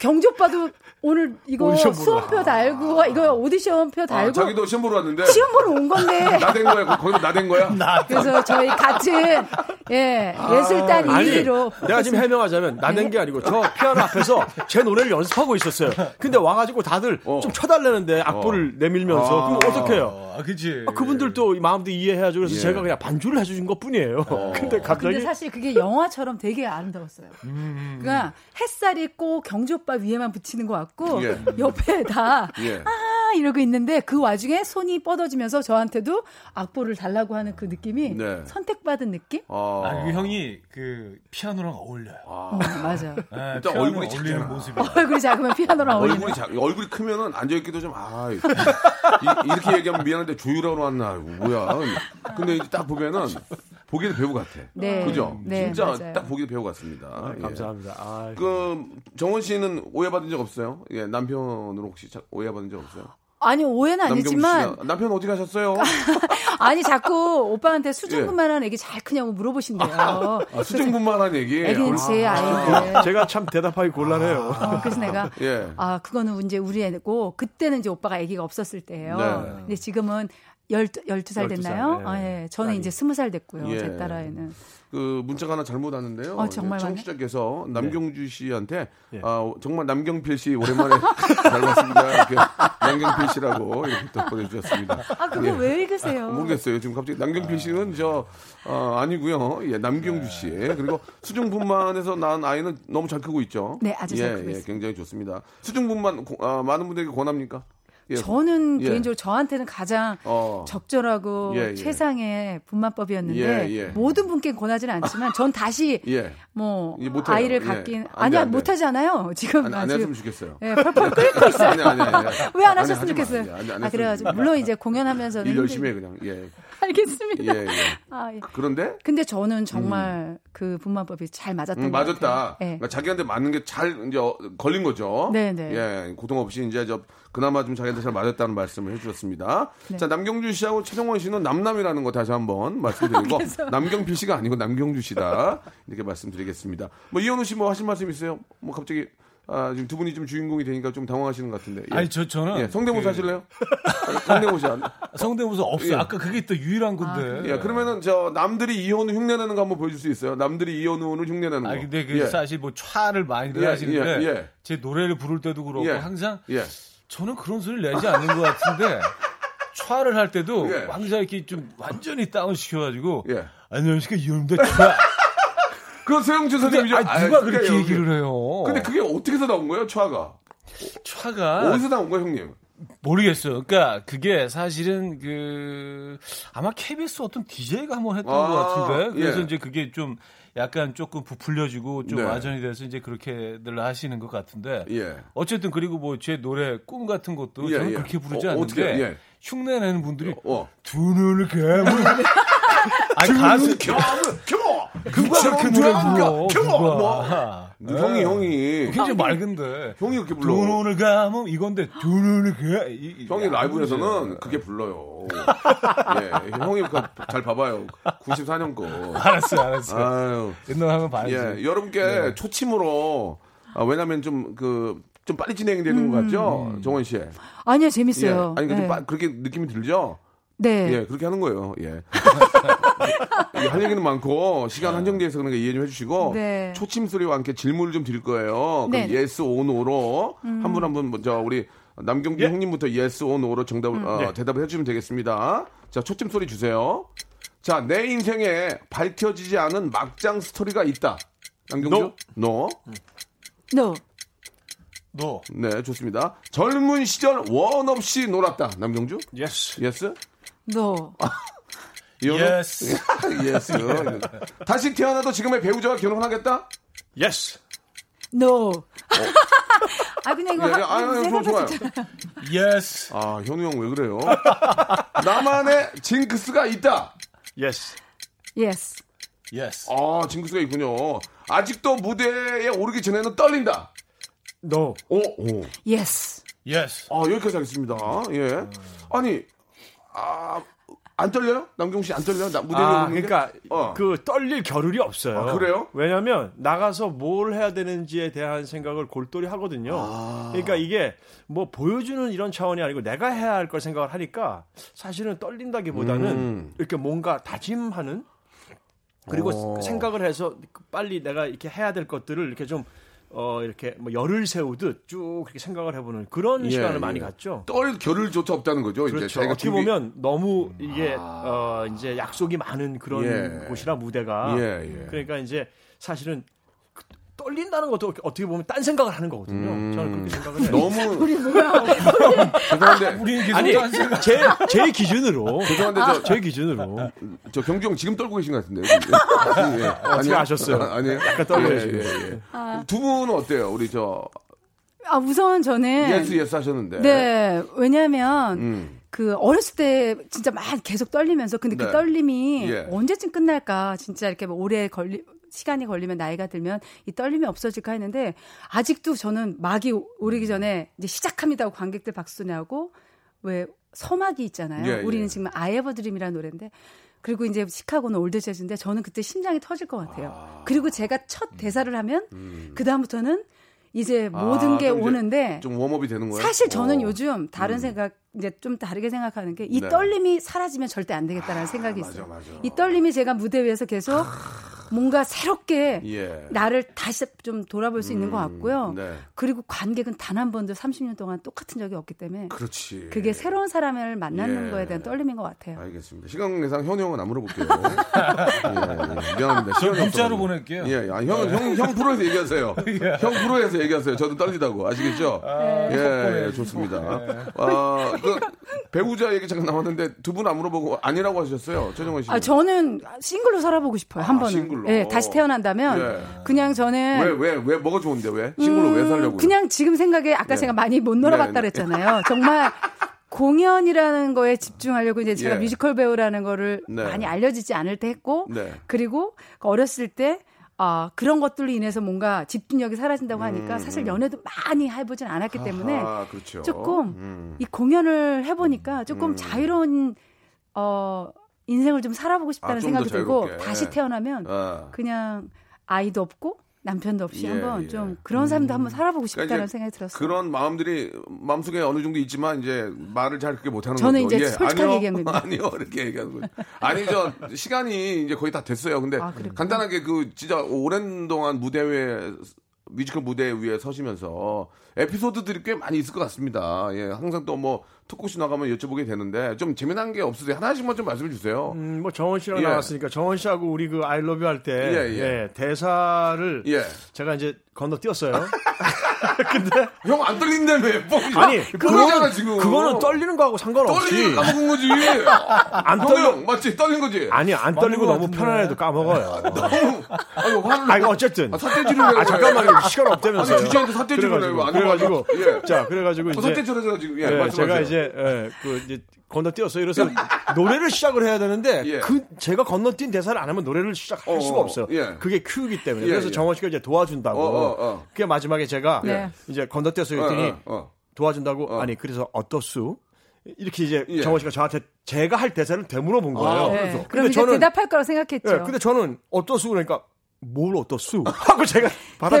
S10: 경주 오빠도 오늘 이거
S1: 오디션 보러
S10: 수험표 달고 이거 오디션표
S1: 아,
S10: 달고
S1: 자기도 시험 보러 왔는데.
S10: 시험 보러 온 건데
S1: 나 된 거야. 거기서 나 된 거야?
S10: 그래서 저희 같은 예 예술단
S3: 아니,
S10: 1위로
S3: 내가 지금 해명하자면 나 낸 게 아니고 저 피아노 앞에서 제 노래를 연습하고 있었어요. 근데 와가지고 다들 좀 쳐달라는데 악보를 내밀면서
S9: 어. 아.
S3: 그럼 어떡해요?
S9: 아, 그치.
S3: 아, 그분들도 이 마음도 이해해야죠. 그래서
S9: 예. 어.
S3: 제가 그냥 반주를 해주신 것 뿐이에요. 근데 갑자기
S10: 근데 사실 그게 영화처럼 되게 아름다웠어요. 그러니까 햇살이 꼭 경주 오빠 위에만 붙이는 것 같고
S15: 예.
S10: 옆에다
S15: 예.
S10: 아 이러고 있는데 그 와중에 손이 뻗어지면서 저한테도 악보를 달라고 하는 그 느낌이
S9: 네.
S10: 선택받은 느낌?
S1: 어.
S9: 아, 그 형이 그 피아노랑 어울려요.
S10: 어, 맞아요.
S9: 네,
S1: 일단
S9: 피아노랑
S1: 얼굴이
S9: 어울리는
S1: 작잖아.
S9: 모습이.
S10: 얼굴이 작으면 피아노랑 어울리는
S1: 얼굴이 작, 얼굴이 크면은 앉아있기도 좀, 아, 이, 이렇게 얘기하면 미안한데 조율하러 왔나, 이거 뭐야. 근데 이제 딱 보면은, 보기에도 배우 같아.
S3: 네.
S1: 그죠?
S3: 네,
S1: 진짜
S3: 맞아요.
S1: 딱 보기에도 배우 같습니다. 예.
S3: 감사합니다. 아,
S1: 그, 정원 씨는 오해받은 적 없어요? 예, 남편으로 혹시 자- 오해받은 적 없어요?
S10: 아니 오해는
S1: 남경주
S10: 아니지만
S1: 씨가, 남편 어디 가셨어요?
S10: 아니 자꾸 오빠한테 수중분만한 애기 잘 크냐고 물어보신대요.
S1: 아, 수정분만한 얘기. 아,
S10: 애기는 그 제 아이예요.
S3: 제가 참 대답하기 곤란해요.
S10: 어,
S9: 아.
S10: 그래서 내가
S1: 예.
S10: 아 그거는 이제 우리 애고 그때는 이제 오빠가 아기가 없었을 때예요.
S1: 네.
S10: 근데 지금은 12, 12살
S1: 12살,
S10: 됐나요?
S1: 네.
S10: 아, 예. 저는 이제 20살 됐고요.
S1: 예.
S10: 제 딸아이는.
S1: 그 문자가 하나 잘못 왔는데요.
S10: 어, 정말 왔네?
S1: 청취자께서 남경주 씨한테 아, 정말 남경필 씨 오랜만에 잘 봤습니다. 이렇게 남경필 씨라고 이렇게 또 보내주셨습니다.
S10: 아 그거
S1: 예.
S10: 왜 읽으세요?
S1: 모르겠어요. 지금 갑자기 남경필 씨는 저 어, 아니고요. 예, 남경주 씨 그리고 수중분만에서 낳은 아이는 너무 잘 크고 있죠.
S10: 네, 아주 잘
S1: 예,
S10: 크고
S1: 예,
S10: 있습니다.
S1: 굉장히 좋습니다. 수중분만 고- 아, 많은 분들에게 권합니까? 예.
S10: 저는
S1: 예.
S10: 개인적으로 저한테는 가장
S1: 어.
S10: 적절하고
S1: 예, 예.
S10: 최상의 분만법이었는데
S1: 예, 예.
S10: 모든 분께 권하지는 않지만 전 다시
S1: 예.
S10: 뭐
S1: 예, 못해요.
S10: 아이를
S1: 예.
S10: 갖긴
S1: 안 돼,
S10: 아니야
S1: 안 돼.
S10: 못하잖아요 지금
S1: 안, 안
S10: 아주
S1: 했으면 좋겠어요.
S10: 예, 펄펄 끓고 있어요.
S1: 아니, 아니, 아니, 아니.
S10: 왜 안
S1: 아니,
S10: 하셨으면
S1: 하지
S10: 좋겠어요?
S1: 마세요. 아니, 안
S10: 아,
S1: 했으면
S10: 그래서지고
S1: 좋겠어요.
S10: 물론 이제 공연하면서는
S1: 일 열심히 해
S10: 힘들-
S1: 그냥. 예.
S10: 알겠습니다.
S1: 예, 예.
S10: 아, 예.
S1: 그런데
S10: 근데 저는 정말 그 분만법이 잘 맞았던
S1: 음,
S10: 것 같아요.
S1: 맞았다.
S10: 예.
S1: 그러니까 자기한테 맞는 게 잘 이제 어, 걸린 거죠.
S10: 네, 네.
S1: 예, 고통 없이 이제 저 그나마 좀 자기한테 잘 맞았다는 말씀을 해주셨습니다.
S10: 네.
S1: 자 남경주 씨하고 최정원 씨는 남남이라는 거 다시 한번 말씀드리고
S10: 그래서-
S1: 남경필 씨가 아니고 남경주 씨다 이렇게 말씀드리겠습니다. 뭐 이현우 씨 뭐 하신 말씀 있어요? 뭐 갑자기 아, 지금 두 분이 지금 주인공이 되니까 좀 당황하시는 것 같은데. 예.
S9: 아니, 저- 저는
S1: 예, 성대모사
S9: 그-
S1: 하실래요? 성대모사 안-
S9: 성대모사 없어요.
S1: 예.
S9: 아까 그게 또 유일한 건데.
S1: 예, 그러면은 저 남들이 이혼을 흉내내는 거 한번 보여줄 수 있어요? 남들이 이혼을 흉내내는 거.
S9: 아 근데 그
S1: 예.
S9: 사실 뭐 촤를 많이들
S1: 예,
S9: 하시는데
S1: 예, 예.
S9: 제 노래를 부를 때도 그렇고
S1: 예.
S9: 항상
S1: 예.
S9: 저는 그런 소리를 내지 않는 것 같은데 차를 할 때도
S1: 예.
S9: 항상 이렇게 좀 완전히 다운 시켜가지고 안녕하십니까 이현입니다. 차.
S1: 그건 서영준 선생님이죠.
S9: 아니,
S1: 아이,
S9: 누가
S1: 그게
S9: 그렇게
S1: 그러니까 여기.
S9: 얘기를 해요?
S1: 근데 그게 어떻게 해서 나온 거예요, 차가?
S9: 차가
S1: 어디서 나온 거예요, 형님?
S9: 모르겠어요. 그러니까 그게 사실은 그 아마 KBS 어떤 DJ가 한번 했던
S1: 아,
S9: 것 같은데 그래서
S1: 예.
S9: 이제 그게 좀 약간 조금 부풀려지고 좀
S1: 네.
S9: 와전이 돼서 이제 그렇게들 하시는 것 같은데
S1: 예.
S9: 어쨌든 그리고 뭐 제 노래 꿈 같은 것도
S1: 예,
S9: 저는
S1: 예.
S9: 그렇게 부르지
S1: 어,
S9: 않는데
S1: 어떻게, 예.
S9: 흉내 내는 분들이
S1: 어.
S9: 두 눈을 감은 아니 가수
S1: 겸어
S9: 누가 그렇게 노래 불러 누가. 아. 그
S1: 형이 형이
S9: 굉장히 맑은데
S1: 형이 그렇게 불러.
S9: 두 눈을 감은 이건데 두 눈을 감 이- 이-
S1: 형이
S9: 야,
S1: 라이브에서는
S9: 문제야.
S1: 그게 불러요. 예, 형이 그- 잘 봐봐요. 94년 거.
S9: 알았어요, 알았어요.
S1: 아유.
S9: 옛날 하면 봐야지.
S1: 예, 여러분께
S10: 네.
S1: 초침으로 아, 왜냐면 좀 그. 좀 빨리 진행되는 것 같죠, 정원 씨.
S10: 아니요, 재밌어요.
S1: 예. 아니 근데
S10: 음. 네.
S1: 빠- 그렇게 느낌이 들죠.
S10: 네.
S1: 예, 그렇게 하는 거예요. 예. 예, 할 얘기는 많고 시간 한정돼서 그러니까 이해 좀 해주시고
S10: 네.
S1: 초침 소리와 함께 질문을 좀 드릴 거예요. 그럼
S10: 네.
S1: yes or no로
S10: 음.
S1: 한 분 한 분 먼저 우리 남경기 형님부터 yes or no로 정답을 어,
S3: 네.
S1: 대답을 해주시면 되겠습니다. 자, 초침 소리 주세요. 자, 내 인생에 밝혀지지 않은 막장 스토리가 있다. 남경주, no.
S10: No.
S9: 노.
S1: 네, 좋습니다. 젊은 시절 원 없이 놀았다. 남경주, yes, yes.
S10: No.
S1: 아. 예스. 예스. 다시 태어나도 지금의 배우자와 결혼하겠다? 예스.
S10: No. 아 그냥 이거
S1: 어? 예, 예. 아, 아,
S10: 세
S1: 좋아, 좋아요.
S9: 예스.
S1: 아, 현우 형 왜 그래요? 나만의 징크스가 있다. 예스.
S10: Yes.
S9: 예스.
S1: 아, 징크스가 있군요. 아직도 무대에 오르기 전에는 떨린다. No. 오, 오.
S10: Yes.
S9: 예스.
S1: 아, 여기까지 하겠습니다. 예. 아니, 아, 안 떨려요? 남경 씨 안 떨려요? 나 무대에
S3: 아,
S1: 오르는 게? 어.
S3: 그러니까 그 떨릴 겨를이 없어요.
S1: 아, 그래요?
S3: 왜냐하면 나가서 뭘 해야 되는지에 대한 생각을 골똘히 하거든요.
S1: 아.
S3: 그러니까 이게 뭐 보여주는 이런 차원이 아니고 내가 해야 할 걸 생각을 하니까 사실은 떨린다기보다는
S1: 음.
S3: 이렇게 뭔가 다짐하는 그리고
S1: 오.
S3: 생각을 해서 빨리 내가 이렇게 해야 될 것들을 이렇게 좀 어, 이렇게 뭐 열을 세우듯 쭉 이렇게 생각을 해보는 그런
S1: 예,
S3: 시간을
S1: 예.
S3: 많이 갖죠.
S1: 떨 겨를조차 없다는 거죠. 이제
S3: 그렇죠.
S1: 자기가
S3: 어떻게
S1: 준비- 아.
S3: 보면 너무 이게 어, 이제 약속이 많은 그런
S1: 예.
S3: 곳이라 무대가
S1: 예, 예.
S3: 그러니까 이제 사실은 그- 떨린다는 것도 어떻게- 어떻게 보면 딴 생각을 하는 거거든요. 저는 그렇게 생각을 해요.
S1: 음. 너무
S9: 우리
S3: 아니 제, 제 기준으로
S1: 죄송한데 저-
S3: 제 기준으로
S1: 저 경종 지금 떨고 계신 것 같은데요. 지금. 예. 아니요?
S3: 아셨어요?
S1: 아, 아니에요.
S3: 약간 떨고
S1: 예,
S3: 계시네요.
S1: 예, 예.
S10: 아,
S1: 두 분은 어때요? 우리 저
S10: 아 우선 저는
S1: 예스 예스 하셨는데.
S10: 네. 왜냐하면
S1: 음.
S10: 그 어렸을 때 진짜 막 계속 떨리면서 근데
S1: 네.
S10: 그 떨림이
S1: 예.
S10: 언제쯤 끝날까 진짜 이렇게 뭐 오래 걸리 시간이 걸리면 나이가 들면 이 떨림이 없어질까 했는데 아직도 저는 막이
S1: 음.
S10: 오르기 전에 이제 시작합니다 하고 관객들 박수 내하고 왜 서막이 있잖아요.
S16: 예, 예.
S10: 우리는 지금 아이에버드림이라는 노래인데 그리고 이제 시카고는 올드 재즈인데 저는 그때 심장이 터질 것 같아요. 그리고 제가 첫 대사를 하면 그 다음부터는 이제 모든
S1: 음. 아,
S10: 게
S1: 좀 이제
S10: 오는데
S1: 좀 웜업이 되는 거예요.
S10: 사실
S1: 어.
S10: 저는 요즘 다른
S1: 음.
S10: 생각 이제 좀 다르게 생각하는 게 이
S1: 네. 아,
S10: 떨림이 사라지면 절대 안 되겠다라는 생각이 있어요. 이 떨림이 제가 무대 위에서 계속 뭔가 새롭게
S1: 아. 예.
S10: 나를 다시 좀 돌아볼 수 있는 것 같고요.
S1: 네.
S10: 그리고 관객은 단 한 번도 30년 동안 똑같은 적이 없기 때문에
S1: 그렇지.
S10: 게 새로운 사람을 만나는
S1: 예.
S10: 거에 대한 떨림인 것 같아요.
S1: 알겠습니다. 시간 내상 현우 형은 안 물어볼게요. 예, 예. 미안합니다. 시간이
S9: 문자로
S1: 없어가지고.
S9: 보낼게요. 네. 예.
S1: 예, 아, 형은 형, 형 프로에서 얘기하세요. 형 프로에서 얘기하세요. 저도 떨리다고 아시겠죠?
S9: 네.
S1: 예, 예, 좋습니다. 아, 그 배우자 얘기 잠깐 나왔는데 두 분 안 물어보고 아니라고 하셨어요, 최정원 씨.
S10: 아, 저는 싱글로 살아보고 싶어요. 한 번은.
S1: 싱글로.
S10: 예, 다시 태어난다면
S1: 예.
S10: 그냥 저는
S1: 왜, 왜, 왜, 뭐가 좋은데, 왜? 싱글로 왜 살려고?
S10: 음, 그냥 지금 생각에 아까
S1: 네.
S10: 제가 많이 못
S1: 네,
S10: 놀아봤다
S1: 네.
S10: 그랬잖아요. 정말 공연이라는 거에 집중하려고 이제 제가
S1: 예.
S10: 뮤지컬 배우라는 거를
S16: 네.
S10: 많이 알려지지 않을 때 했고
S16: 네.
S10: 그리고 어렸을 때 아, 그런 것들로 인해서 뭔가 집중력이 사라진다고
S1: 음,
S10: 하니까 사실 연애도 많이 해보진 않았기 때문에
S1: 아, 그렇죠.
S10: 조금
S1: 음.
S10: 이 공연을 해보니까 조금
S1: 음.
S10: 자유로운 어 인생을 좀 살아보고 싶다는
S1: 아, 좀더
S10: 생각이 들고
S1: 자유롭게. 예.
S10: 다시 태어나면
S1: 아.
S10: 그냥 아이도 없고 남편도 없이
S1: 예,
S10: 한번
S1: 예.
S10: 좀 그런 삶도 한번 살아보고 싶다는
S1: 그러니까 이제
S10: 생각이 들었어요.
S1: 그런 마음들이 마음속에 어느 정도 있지만 이제 말을 잘 그렇게 못하는
S10: 저는
S1: 거죠.
S10: 이제
S1: 예,
S10: 솔직하게
S1: 아니요,
S10: 얘기합니다.
S1: 아니요 이렇게 얘기하는 거죠. 아니 저
S10: 아,
S1: 시간이 이제 거의 다 됐어요. 근데 간단하게 그 진짜 오랜 동안 무대 위에 뮤지컬 무대 위에 서시면서 에피소드들이 꽤 많이 있을 것 같습니다. 예, 항상 또 뭐 특곡시 나가면 여쭤보게 되는데 좀 재미난 게 없으세요? 하나씩만 좀 말씀해 주세요.
S3: 음, 뭐 정원 씨랑
S1: 예.
S3: 나왔으니까 정원 씨하고 우리 그 아이러브 할때
S1: 예, 예.
S3: 대사를
S1: 예.
S3: 제가 이제 건너뛰었어요.
S1: 형 안 떨린다며.
S3: 아니
S1: 그거잖아 지금.
S3: 그거는 떨리는 거하고 상관없이
S1: 떨리는 까먹은 거지.
S3: 안
S1: 형,
S3: 떨려.
S1: 형, 맞지? 떨린 거지.
S3: 아니 안 떨리고 너무 편안해도 까먹어요.
S1: 아유, 화를
S3: 아, 이거 어쨌든.
S1: 아, 사태질을 왜
S3: 아, 잠깐만요. 시간 없다면서요.
S1: 아니, 주제한테 사태질을
S3: 그래가지고,
S1: 왜안
S3: 그래가지고.
S1: 해가지고. 예.
S3: 자, 그래가지고
S1: 어,
S3: 이제. 네,
S1: 사태질을 해서 지금, 예, 말씀하세요.
S3: 제가 이제, 예, 그, 이제, 건너뛰었어요. 이래서 노래를 시작을 해야 되는데,
S1: 예.
S3: 그, 제가 건너뛴 대사를 안 하면 노래를 시작할
S1: 어,
S3: 수가
S1: 어,
S3: 없어요.
S1: 예.
S3: 그게 큐이기 때문에.
S1: 예,
S3: 그래서
S1: 예.
S3: 정원 씨가 이제 도와준다고.
S1: 어, 어, 어.
S3: 그게 마지막에 제가
S1: 네.
S3: 이제 건너뛰었어요. 그랬더니
S1: 어, 어, 예. 어.
S3: 도와준다고. 아니, 그래서 어떻수? 이렇게 이제 정원 씨가 저한테 제가 할 대사를
S1: 아,
S3: 되물어본 거예요.
S10: 네. 그럼 이제 대답할 거라고 생각했죠.
S3: 예, 근데 저는 어떠수 그러니까 뭘 어떠수 하고 제가 받아쳤죠.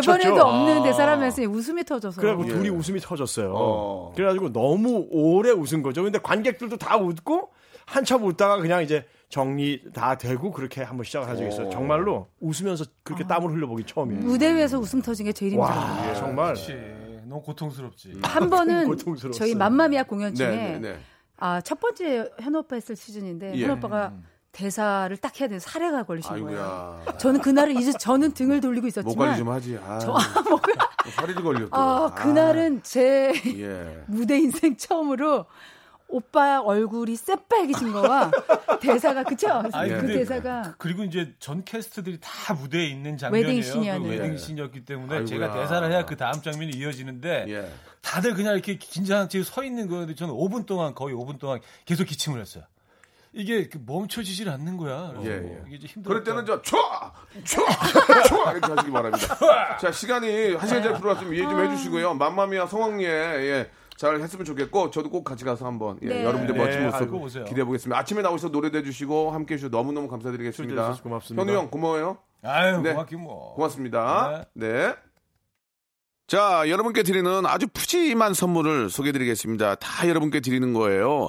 S10: 대본에도 없는 대사라면서 웃음이 터져서.
S3: 그래갖고 둘이 웃음이 예. 터졌어요. 그래가지고 너무 오래 웃은 거죠. 근데 관객들도 다 웃고 한참 웃다가 그냥 이제 정리 다 되고 그렇게 한번 시작을 한 적이 있어요.
S1: 어.
S3: 정말로 웃으면서 그렇게 땀을 흘려보기 처음이에요.
S10: 무대 위에서 웃음 터진 게 제일 힘들어요.
S3: 와 정말
S9: 너무 고통스럽지.
S10: 한 번은 저희 맘마미아 공연 중에
S9: 네, 네, 네.
S10: 아, 첫 번째 현우 오빠 했을 시즌인데
S9: 예.
S10: 현우 오빠가 대사를 딱 해야 되는 사례가 걸리신
S1: 아이고야.
S10: 거예요. 저는 그날을 잊어 저는 등을 돌리고
S1: 목 관리
S10: 있었지만
S1: 좀 하지. 아,
S10: 저-
S1: 사리를 걸려 또.
S10: 아, 그날은 제
S1: 예.
S10: 무대 인생 처음으로 오빠 얼굴이 새빨개진 거와 대사가 그쵸?
S9: 아니,
S10: 그
S9: 근데
S10: 대사가
S9: 그리고 이제 전 캐스트들이 다 무대에 있는 장면이에요.
S10: 웨딩
S9: 그
S10: 씬이었는데.
S9: 웨딩 씬이었기 때문에
S1: 아이고야. 예.
S9: 제가 대사를 해야 그 다음 장면이 이어지는데 다들 그냥 이렇게 긴장한 채 서 있는 거였는데 저는 5분 동안 거의 5분 동안 계속 기침을 했어요. 이게 그 멈춰지질 않는 거야. 그래서
S1: 예, 예.
S9: 이게 좀 힘들었다.
S1: 그럴 때는 저, 촤! 촤! 촤! 이렇게 하시기 바랍니다. 자, 시간이 한 시간짜리 프로였으면 이해 좀
S9: 아.
S1: 해주시고요. 맘마미아 성황리에, 예, 잘 했으면 좋겠고, 저도 꼭 같이 가서 한번, 예,
S9: 네.
S1: 여러분들 멋진
S9: 네,
S1: 모습
S9: 알고 보세요.
S1: 기대해 보겠습니다. 아침에 나오셔서 노래도 해주시고, 함께 해주셔서 너무너무 감사드리겠습니다.
S9: 초대해 주셔서 고맙습니다.
S1: 현우 형, 고마워요.
S9: 아유,
S1: 네.
S9: 고맙긴 뭐.
S1: 고맙습니다. 네. 자, 여러분께 드리는 아주 푸짐한 선물을 소개드리겠습니다. 다 여러분께 드리는 거예요.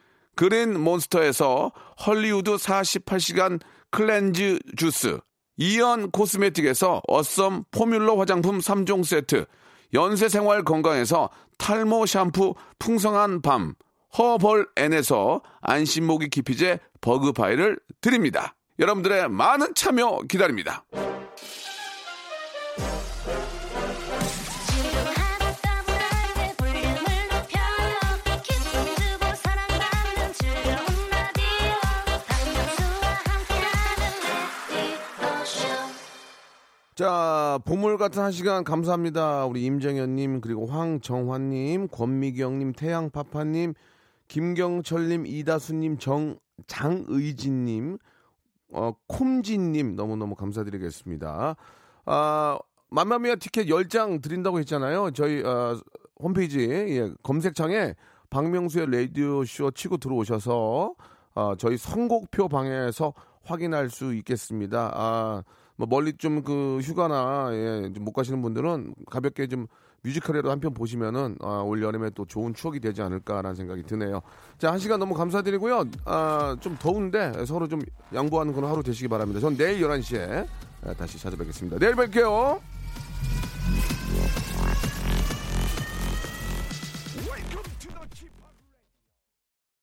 S1: 그린 몬스터에서 헐리우드 48시간 클렌즈 주스, 이연 코스메틱에서 어썸 포뮬러 화장품 3종 세트, 연세생활 건강에서 탈모 샴푸 풍성한 밤, 허벌앤에서 안심모기 기피제 버그파이를 드립니다. 여러분들의 많은 참여 기다립니다. 자, 보물 같은 한 시간 감사합니다. 우리 임정현님, 그리고 황정환님, 권미경님, 태양파파님, 김경철님, 이다수님, 정, 장의진님, 어, 콤지님 너무너무 감사드리겠습니다. 아, 맘마미아 티켓 10장 드린다고 했잖아요. 저희 어, 홈페이지 예, 검색창에 박명수의 라디오쇼 치고 들어오셔서 아, 저희 선곡표 방에서 확인할 수 있겠습니다. 아, 뭐 멀리 좀 그 휴가나 예, 좀못 가시는 분들은 가볍게 좀 뮤지컬이라도 한 편 보시면은 아, 올 여름에 또 좋은 추억이 되지 않을까라는 생각이 드네요. 자, 한 시간 너무 감사드리고요. 아, 좀 더운데 서로 좀 양보하는 그런 하루 되시기 아, 바랍니다. 전 내일 11시에 다시 찾아뵙겠습니다. 내일 뵐게요.